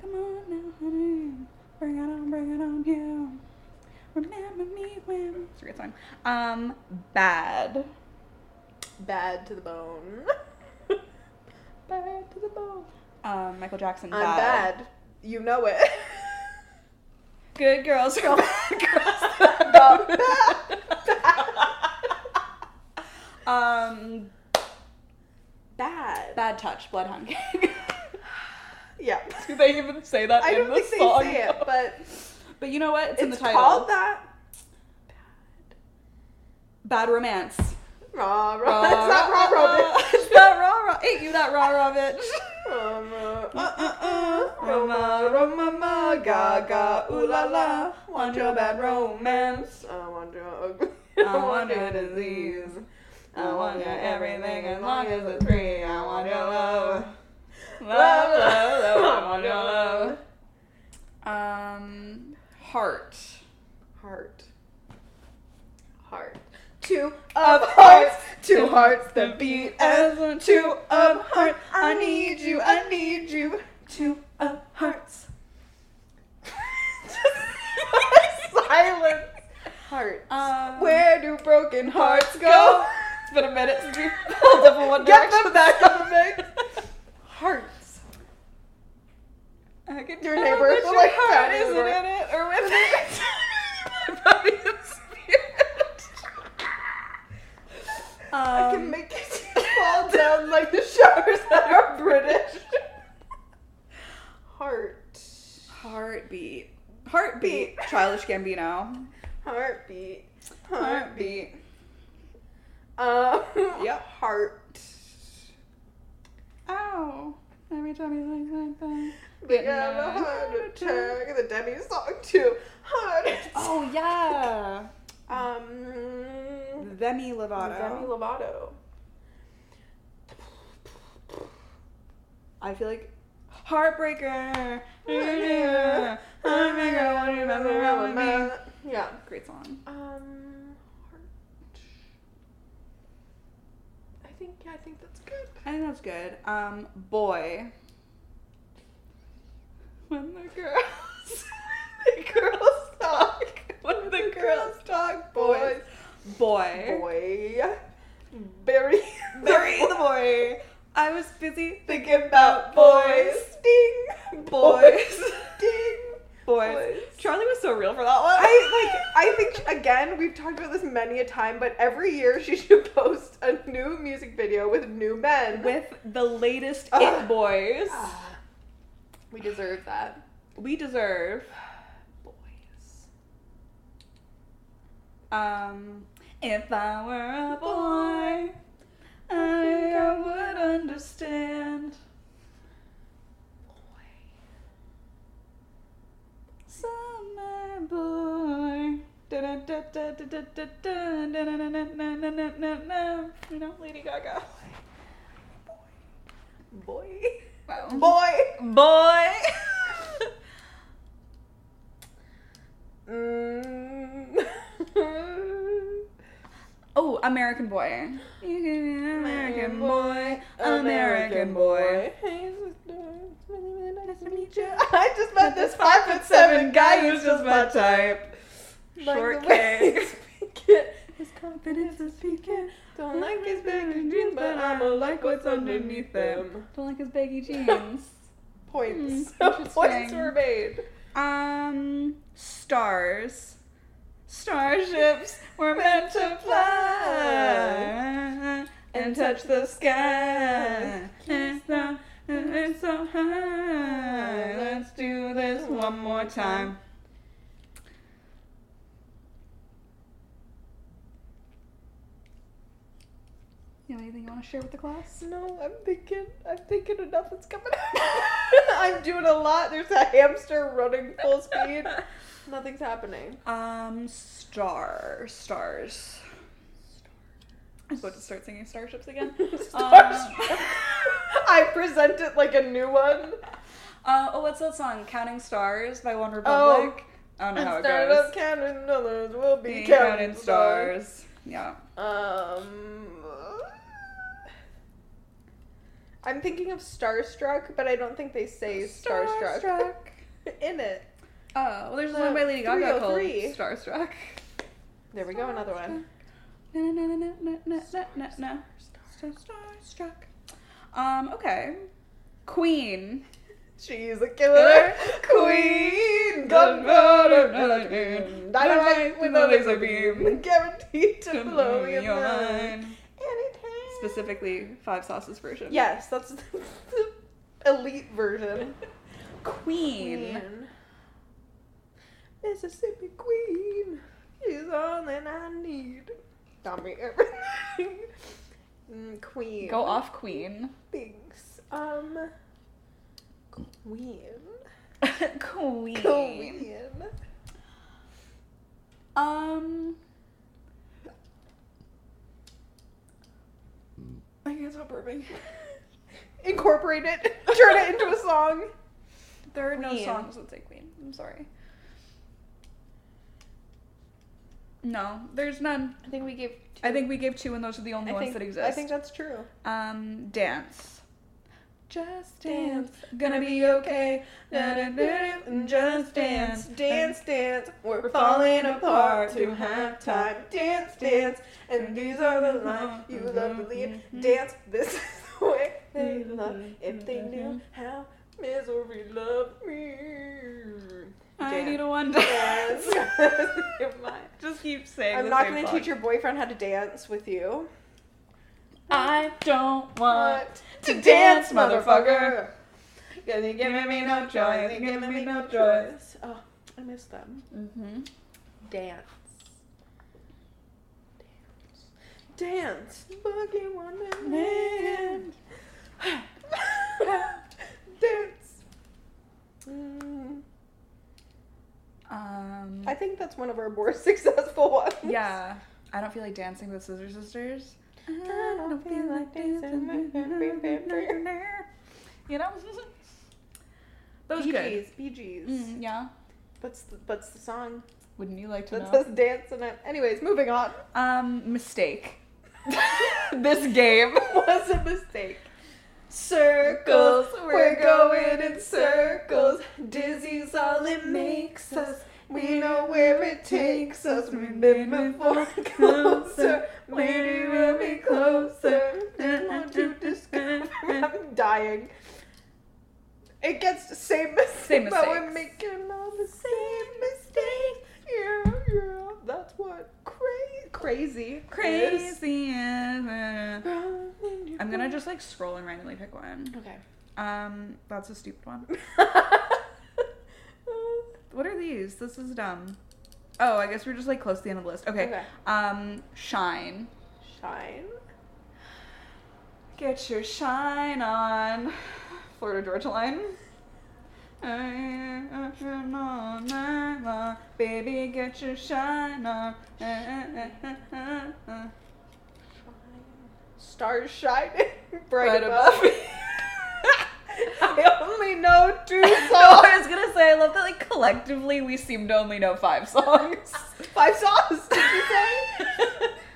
Speaker 2: Come on now, honey, bring it on, bring it on, you. Remember me when? It's a good song. Um, bad.
Speaker 1: Bad to the bone. bad to the bone.
Speaker 2: Um, Michael Jackson.
Speaker 1: I'm bad. You know it.
Speaker 2: Good girls are (laughs) bad girls.
Speaker 1: Got (laughs) bad.
Speaker 2: (laughs) Um,
Speaker 1: (laughs) Bad.
Speaker 2: bad touch, bloodhound gang.
Speaker 1: Yeah.
Speaker 2: (laughs) Do they even say that
Speaker 1: I
Speaker 2: in
Speaker 1: don't
Speaker 2: the
Speaker 1: think they
Speaker 2: song?
Speaker 1: say it, but
Speaker 2: But you know what? It's, in the
Speaker 1: it's
Speaker 2: title.
Speaker 1: called that.
Speaker 2: Bad
Speaker 1: (laughs)
Speaker 2: romance. (laughs)
Speaker 1: Rah, rah. it's not rah, rah,
Speaker 2: rah.
Speaker 1: bitch.
Speaker 2: It's (laughs) not rah rah. Ain't you that rah rah
Speaker 1: (laughs)
Speaker 2: bitch?
Speaker 1: Roma,
Speaker 2: Uh,
Speaker 1: uh,
Speaker 2: uh, uh.
Speaker 1: Roma, Roma, ma, ga, ga, ooh la la. Want your bad romance. I
Speaker 2: (laughs)
Speaker 1: want your
Speaker 2: uh, I want your disease. I want your everything as long as it's free. I want your
Speaker 1: (laughs)
Speaker 2: love. Love, love, love. (laughs) I want your love. Um,
Speaker 1: (laughs)
Speaker 2: heart.
Speaker 1: Heart. Heart. Two of
Speaker 2: Of
Speaker 1: hearts.
Speaker 2: hearts.
Speaker 1: Two hearts that beat as
Speaker 2: one.
Speaker 1: two of hearts. I need you. I need you.
Speaker 2: Two of hearts.
Speaker 1: (laughs) Silence. Hearts.
Speaker 2: Um,
Speaker 1: Where do broken hearts go?
Speaker 2: go? (laughs) It's been a minute since we pulled up in one
Speaker 1: Get
Speaker 2: direction.
Speaker 1: them back in the mix.
Speaker 2: (laughs)
Speaker 1: Hearts.
Speaker 2: I (laughs) could
Speaker 1: Your
Speaker 2: tell
Speaker 1: neighbor
Speaker 2: that
Speaker 1: is
Speaker 2: your
Speaker 1: like,
Speaker 2: heart
Speaker 1: "That is
Speaker 2: isn't
Speaker 1: right."
Speaker 2: in it or with it. (laughs) My body and spirit.
Speaker 1: (laughs) I can
Speaker 2: Um,
Speaker 1: make it fall down like the showers that
Speaker 2: (laughs)
Speaker 1: are British. Heart.
Speaker 2: heartbeat. Heartbeat. Childish Gambino.
Speaker 1: Heartbeat.
Speaker 2: Heartbeat.
Speaker 1: Um,
Speaker 2: Yep.
Speaker 1: Heart.
Speaker 2: Ow. Every tummy like like that.
Speaker 1: They have a heart attack. The Denny song too. Heart attack.
Speaker 3: Oh yeah,
Speaker 1: Um,
Speaker 3: Demi Lovato.
Speaker 1: Demi Lovato.
Speaker 3: I feel like
Speaker 2: (laughs) Heartbreaker. Heartbreaker. Won't you mess around with me?
Speaker 1: Yeah.
Speaker 2: Great song.
Speaker 1: Um, heart. I think yeah, I think that's good.
Speaker 3: I think that's good. Um, boy.
Speaker 2: When (laughs) the girls,
Speaker 1: (laughs) the girls talk.
Speaker 2: when the girls talk, boys.
Speaker 1: Boys.
Speaker 3: Boy.
Speaker 1: Boy. Bury.
Speaker 2: Bury (laughs) the boy. I was busy
Speaker 1: Thinking about boys. Ding. (laughs)
Speaker 2: Boys.
Speaker 1: Ding.
Speaker 2: boys.
Speaker 1: Boys.
Speaker 2: Charlie was so real for that one.
Speaker 1: I like. I think again, we've talked about this many a time, but every year she (laughs) should post a new music video with new men.
Speaker 2: with the latest
Speaker 1: Ugh.
Speaker 2: it boys.
Speaker 1: Ah, we deserve that.
Speaker 2: We deserve.
Speaker 1: Boys.
Speaker 3: Um,
Speaker 2: If I were a boy, I think I would understand. Summer boy. Da-da-da-da-da-da-da-da-da-da-da-da-da-da-da. You know, Lady Gaga.
Speaker 1: Boy.
Speaker 2: Wow.
Speaker 1: Boy.
Speaker 2: Boy.
Speaker 1: (laughs) Mm.
Speaker 2: Oh, American boy. You can be an American boy. American boy.
Speaker 1: Hey, sister. It's really, really nice to meet you. (laughs) I just met this five foot
Speaker 2: Seven
Speaker 1: seven
Speaker 2: guy who's just my type.
Speaker 1: (laughs) Like
Speaker 2: Short
Speaker 1: the way
Speaker 2: king.
Speaker 1: (laughs) he's speaking.
Speaker 2: His confidence is peaking.
Speaker 1: Don't like his baggy jeans, but I'ma like what's underneath them.
Speaker 2: Don't like his
Speaker 1: (laughs)
Speaker 2: baggy jeans.
Speaker 1: Points.
Speaker 2: Hmm,
Speaker 1: (laughs) Points
Speaker 2: interesting.
Speaker 1: were made.
Speaker 2: um, stars. Starships were meant to fly and touch the sky. It's so, it's so high. Let's do this one more time. You have anything you want to share with the class?
Speaker 1: No, I'm thinking. I'm thinking enough is coming out. (laughs) I'm doing a lot. There's a hamster running full speed. (laughs) Nothing's (laughs) happening.
Speaker 2: Um, star, stars. I'm about to start singing Starships again. Um,
Speaker 1: Stars. (laughs) I present it like a new one.
Speaker 2: Uh, oh, what's that song? Counting Stars by One
Speaker 1: Oh.
Speaker 2: Republic. I don't know how
Speaker 1: And
Speaker 2: it
Speaker 1: start
Speaker 2: goes.
Speaker 1: up counting others. We'll be
Speaker 2: Being
Speaker 1: counting,
Speaker 2: counting
Speaker 1: stars.
Speaker 2: stars. Yeah.
Speaker 1: Um. I'm thinking of Starstruck, but I don't think they say Starstruck, (laughs) in it.
Speaker 2: Oh, well, there's
Speaker 1: Uh,
Speaker 2: one by Lady Gaga called
Speaker 1: 303.
Speaker 2: Starstruck.
Speaker 1: There we go, another one.
Speaker 2: Na na na na na na na na na. Star- Starstruck. Um. Okay. Queen.
Speaker 1: She's a killer queen. Gunpowder
Speaker 2: melody.
Speaker 1: melody. Dynamite with a laser beam. Guaranteed to blow your mind. Anytime.
Speaker 2: Specifically, Five Sauces version.
Speaker 1: Yes, that's (laughs) the elite version.
Speaker 2: Queen.
Speaker 1: Mississippi queen. She's all that I need. Tell me everything. (laughs) Mm, queen.
Speaker 2: Go off, Queen.
Speaker 1: Thanks. Um. Queen.
Speaker 2: queen.
Speaker 1: (laughs) Queen.
Speaker 2: Um. I can't stop burping.
Speaker 1: Incorporate it. (laughs) Turn it into a song.
Speaker 2: There are no
Speaker 1: Queen.
Speaker 2: songs that say Queen. I'm sorry. No, there's none.
Speaker 1: I think we gave.
Speaker 2: I think we gave two, and those are the only ones that exist.
Speaker 1: I think that's true.
Speaker 2: Um, dance. Just dance. Gonna be okay. Da-da-da-da. Just dance.
Speaker 1: mm, dance, dance. We're
Speaker 2: falling
Speaker 1: falling
Speaker 2: apart
Speaker 1: apart to have time. Dance, dance, and these are the lines you love to lead. Dance, this is the way they love. If they knew how misery loved me.
Speaker 2: I
Speaker 1: Dance.
Speaker 2: need a one
Speaker 1: (laughs) Dance.
Speaker 2: (laughs) dance. Just keep saying.
Speaker 1: I'm
Speaker 2: the
Speaker 1: not
Speaker 2: same
Speaker 1: gonna
Speaker 2: song.
Speaker 1: teach your boyfriend how to dance with you.
Speaker 2: I don't want
Speaker 1: To
Speaker 2: dance, motherfucker.
Speaker 1: Cause you're giving me no choice. You're giving me no choice. Oh, I miss them.
Speaker 2: Mm-hmm.
Speaker 1: Dance. (laughs) Dance. Boogie one man. think that's one of our more (laughs) successful ones.
Speaker 2: Um, Yeah. I don't feel like dancing with Scissor Sisters. Mm-hmm. I
Speaker 1: don't feel like dancing with-
Speaker 2: Mm-hmm. You know? That was
Speaker 1: Bee
Speaker 2: good.
Speaker 1: Gees, Bee Gees.
Speaker 2: Mm, yeah.
Speaker 1: What's the, what's the song?
Speaker 2: Wouldn't you like to
Speaker 1: That's
Speaker 2: know?
Speaker 1: us dancing it. Anyways, moving on. (laughs)
Speaker 2: Um, mistake. (laughs) this game.
Speaker 1: was a mistake.
Speaker 2: Circles,
Speaker 1: We're going in circles. Dizzy's all it makes us. We know where it takes us. Remember for closer. Maybe we'll be closer. Then want to discover. (laughs) I'm dying. It gets the same mistake,
Speaker 2: Same
Speaker 1: but we're
Speaker 2: mistakes.
Speaker 1: making all the same mistakes. Yeah, yeah. That's what cra- crazy. is.
Speaker 2: Crazy. I'm
Speaker 1: I'm
Speaker 2: gonna just like scroll and randomly pick one.
Speaker 1: Okay.
Speaker 2: Um, that's a stupid one.
Speaker 1: (laughs)
Speaker 2: (laughs) What are these? This is dumb. Oh, I guess we're just like close to the end of the list. Okay.
Speaker 1: Okay.
Speaker 2: Um, shine.
Speaker 1: Shine.
Speaker 2: Get your shine on. Florida Georgia Line. Baby, get your shine on.
Speaker 1: Stars shining (laughs) bright
Speaker 2: Right
Speaker 1: above.
Speaker 2: above (laughs)
Speaker 1: me. (laughs) I only know
Speaker 2: (laughs)
Speaker 1: two
Speaker 2: Oh,
Speaker 1: songs.
Speaker 2: I was gonna say, I love that like collectively we seem to only know five songs.
Speaker 1: Five songs. Did you say?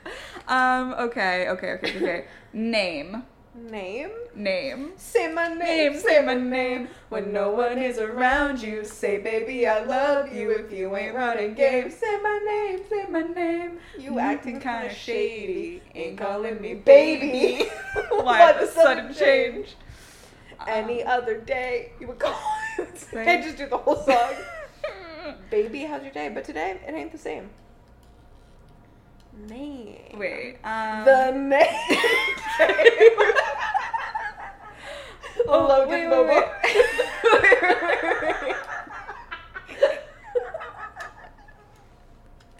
Speaker 2: (laughs) um, okay, okay, okay, okay. Name.
Speaker 1: Name.
Speaker 2: Name.
Speaker 1: Say my name.
Speaker 2: say my name. When no one is around you, say, baby, I love you. If you ain't running games, say my name, say my name.
Speaker 1: You acting
Speaker 2: kinda
Speaker 1: kind of shady.
Speaker 2: ain't calling me
Speaker 1: Baby.
Speaker 2: (laughs) Why the sudden change?
Speaker 1: Any other day, you would call. I
Speaker 2: Uh.
Speaker 1: (laughs)
Speaker 2: Right.
Speaker 1: just do the whole song. Baby, how's your day? But today, it ain't the same.
Speaker 2: (laughs)
Speaker 1: Name.
Speaker 2: Wait. Um,
Speaker 1: The name.
Speaker 2: Oh,
Speaker 1: (laughs) Logan
Speaker 2: wait, wait, (laughs)
Speaker 1: Bobo. (laughs)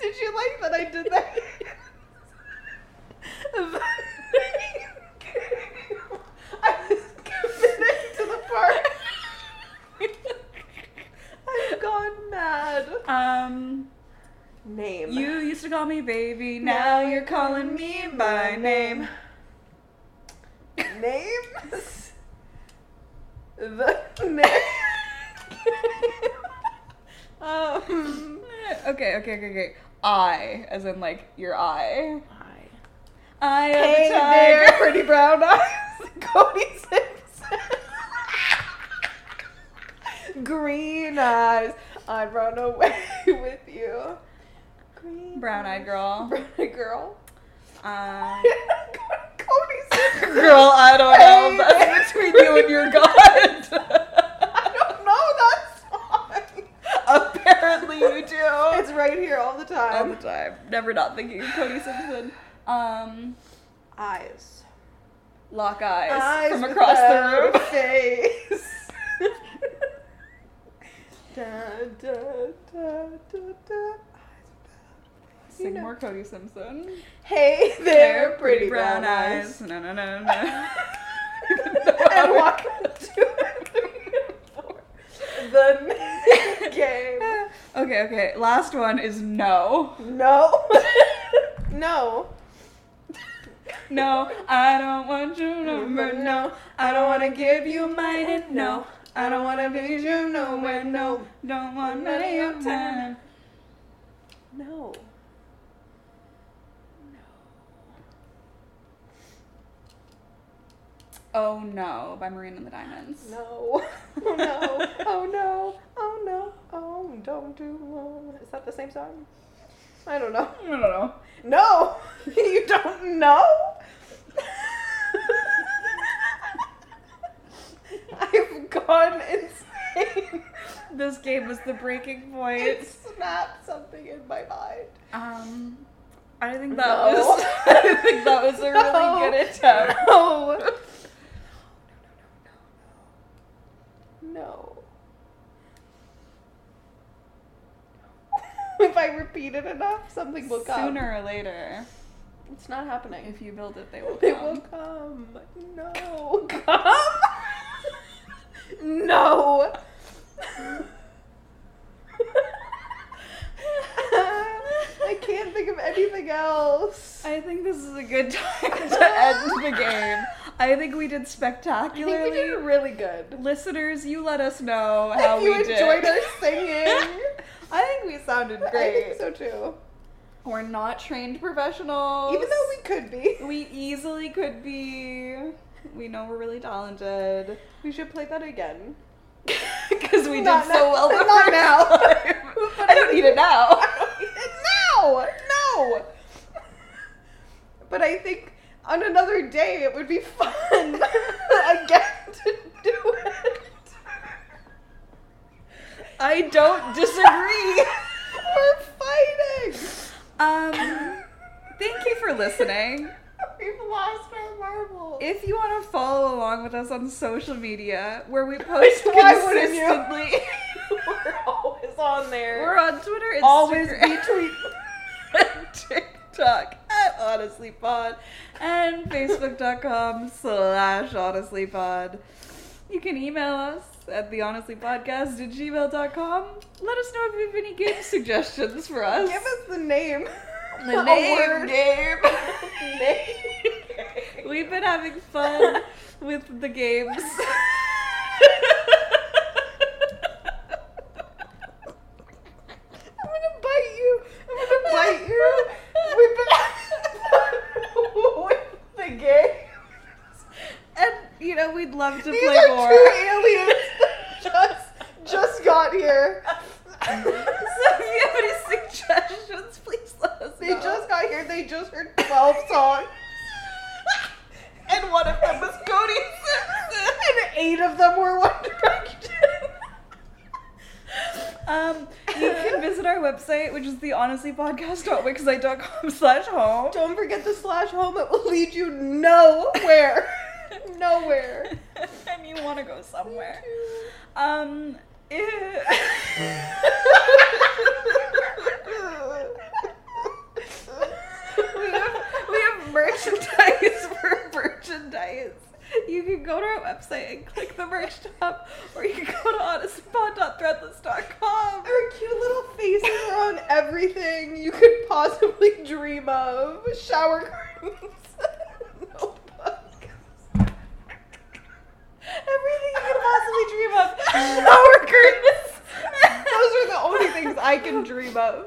Speaker 1: Did you like that I did that? (laughs) I was committed to the part. I've gone mad.
Speaker 2: um,
Speaker 1: Name.
Speaker 2: you used to call me baby, now you're calling me by (laughs) name.
Speaker 1: names. The
Speaker 2: (laughs)
Speaker 1: name. um.
Speaker 2: Okay, okay, okay, okay. I, as in like your eye.
Speaker 1: (laughs) Hi.
Speaker 2: I am
Speaker 1: Hey
Speaker 2: the tiger.
Speaker 1: there,
Speaker 2: (laughs)
Speaker 1: pretty brown eyes. Cody Simpson. Green eyes. I'd run away (laughs) with you. Green
Speaker 2: Brown eyed
Speaker 1: eyes.
Speaker 2: girl.
Speaker 1: (laughs) Brown eyed girl.
Speaker 2: Um,
Speaker 1: Cody Simpson.
Speaker 2: girl, I don't
Speaker 1: Hey
Speaker 2: know. That's
Speaker 1: there.
Speaker 2: between you and your god. (laughs)
Speaker 1: I don't know that song.
Speaker 2: Apparently you do.
Speaker 1: (laughs)
Speaker 2: Um,
Speaker 1: It's right here all the
Speaker 2: All
Speaker 1: time.
Speaker 2: the time. Never not thinking of Cody Simpson. Um,
Speaker 1: eyes.
Speaker 2: lock eyes, from
Speaker 1: with
Speaker 2: across
Speaker 1: that
Speaker 2: the room. (laughs)
Speaker 1: Face. (laughs) da, da, da, da, da.
Speaker 2: Sing
Speaker 1: know.
Speaker 2: more Cody Simpson.
Speaker 1: Hey there, pretty brown, eyes.
Speaker 2: No, no, no, no, no. (laughs)
Speaker 1: and walk to the game.
Speaker 2: okay, okay. Last one is (laughs) no.
Speaker 1: No. no.
Speaker 2: No, I don't want your number. No, I don't want to give you mine. And Oh, no, I don't want to be you nowhere. No, don't want none of your time.
Speaker 1: No.
Speaker 2: Oh no, by Marina and the Diamonds.
Speaker 1: No. Oh no. Oh no. Oh no. Oh, don't do one. Is that the same song? I don't know.
Speaker 2: I don't know.
Speaker 1: No! (laughs) You don't know? I've gone insane.
Speaker 2: This game was the breaking
Speaker 1: It
Speaker 2: point.
Speaker 1: snapped something in my mind.
Speaker 2: Um, I think that
Speaker 1: No.
Speaker 2: was. (laughs) I think that was a really
Speaker 1: No.
Speaker 2: good attempt.
Speaker 1: No. No. (laughs) If I repeat it enough, something will come.
Speaker 2: Sooner or later,
Speaker 1: It's not happening.
Speaker 2: if you build it, they will.
Speaker 1: They
Speaker 2: come.
Speaker 1: will come. No.
Speaker 2: (laughs)
Speaker 1: Come. (laughs) no.
Speaker 2: good time to end the game. I think we did
Speaker 1: I
Speaker 2: spectacularly.
Speaker 1: think we did really good.
Speaker 2: Listeners, you let us know how
Speaker 1: if you
Speaker 2: we did.
Speaker 1: enjoyed
Speaker 2: (laughs)
Speaker 1: our singing,
Speaker 3: I think we sounded
Speaker 1: I
Speaker 3: great.
Speaker 1: think so too.
Speaker 3: We're not trained professionals.
Speaker 1: Even though we could be,
Speaker 3: we easily could be. We know we're really
Speaker 1: (laughs)
Speaker 3: talented.
Speaker 1: we should play that again.
Speaker 2: because we
Speaker 1: Not
Speaker 2: did so
Speaker 1: now.
Speaker 2: well. The
Speaker 1: Not
Speaker 2: first
Speaker 1: now.
Speaker 2: time. I don't need it now.
Speaker 1: no, no. But I think on another day it would be fun (laughs) again to do it.
Speaker 2: I don't disagree.
Speaker 1: (laughs) We're fighting.
Speaker 2: um, thank you for listening.
Speaker 1: We've lost our marbles.
Speaker 2: If you want to follow along with us on social media, where we post
Speaker 1: (laughs) Why wouldn't you?
Speaker 2: consistently,
Speaker 1: (laughs) We're always on there.
Speaker 2: we're on Twitter, Instagram,
Speaker 1: always between. (laughs)
Speaker 2: and (laughs) TikTok at honestlypod, and Facebook.com slash honestlypod. You can email us at thehonestlypodcast at gmail.com. Let us know if you have any
Speaker 1: (laughs)
Speaker 2: game suggestions for us.
Speaker 1: Give us (laughs) the name.
Speaker 2: the
Speaker 1: A
Speaker 2: name (laughs)
Speaker 1: word.
Speaker 2: game. (laughs)
Speaker 1: Name.
Speaker 2: We've been
Speaker 1: (laughs)
Speaker 2: having fun with the games.
Speaker 1: I'm gonna bite you. I'm
Speaker 2: (laughs)
Speaker 1: gonna bite you. We've been (laughs) with the game.
Speaker 2: and you know we'd love to
Speaker 1: These
Speaker 2: play
Speaker 1: are
Speaker 2: more. (laughs)
Speaker 1: two aliens that just just
Speaker 2: (laughs)
Speaker 1: got here.
Speaker 2: So if you have any suggestions, please let us
Speaker 1: They
Speaker 2: know.
Speaker 1: just got here. They just heard twelve songs.
Speaker 2: and one of them was Cody Simpson.
Speaker 1: and eight of them were One Direction.
Speaker 2: Um, you can visit our website, which is the honestlypodcast.wixsite.com slash home.
Speaker 1: Don't forget the slash home. It will lead you nowhere.
Speaker 2: (laughs)
Speaker 1: nowhere.
Speaker 2: and you want to go somewhere. Um, eh, we have we have merchandise (laughs) for merchandise. You can go to our website and click the merch tab, or you can go to honestpod.threadless.com.
Speaker 1: Our cute little faces are on everything you could possibly dream of. Shower (laughs) curtains. notebooks.
Speaker 2: Everything you can possibly dream of. Shower curtains.
Speaker 1: Those are the only things I can dream of.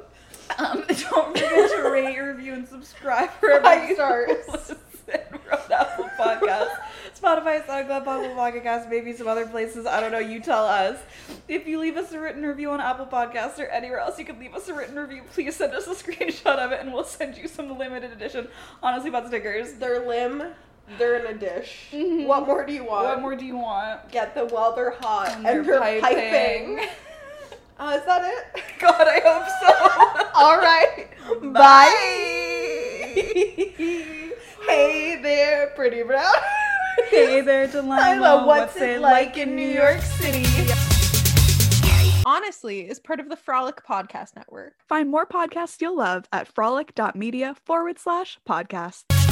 Speaker 2: Um, (laughs) don't forget to rate, review, and subscribe
Speaker 1: (laughs)
Speaker 2: for
Speaker 1: Five
Speaker 2: you
Speaker 1: stars.
Speaker 2: listen. We're on Apple Podcasts, Spotify, SoundCloud, Apple Podcasts, maybe some other places. I don't know. You tell us. If you leave us a written review on Apple Podcasts or anywhere else, you can leave us a written review. Please send us a (laughs) screenshot of it, and we'll send you some limited edition Honestly Bot stickers.
Speaker 1: They're limb. They're in a dish.
Speaker 2: Mhm.
Speaker 1: Mm-hmm. What more do you want?
Speaker 2: What more do you want?
Speaker 1: Get them while they're hot and, they're
Speaker 2: They're
Speaker 1: piping. Uh, is that it?
Speaker 2: (laughs) God, I hope (laughs) so.
Speaker 1: (laughs) All right.
Speaker 2: Bye.
Speaker 1: hey there, pretty brown.
Speaker 2: hey
Speaker 1: (laughs)
Speaker 2: there, Delilah.
Speaker 1: Delilah,
Speaker 2: what's, it like in New York City?
Speaker 1: Honestly, is part of the Frolic Podcast Network.
Speaker 2: Find more podcasts you'll love at frolic.media forward slash podcasts.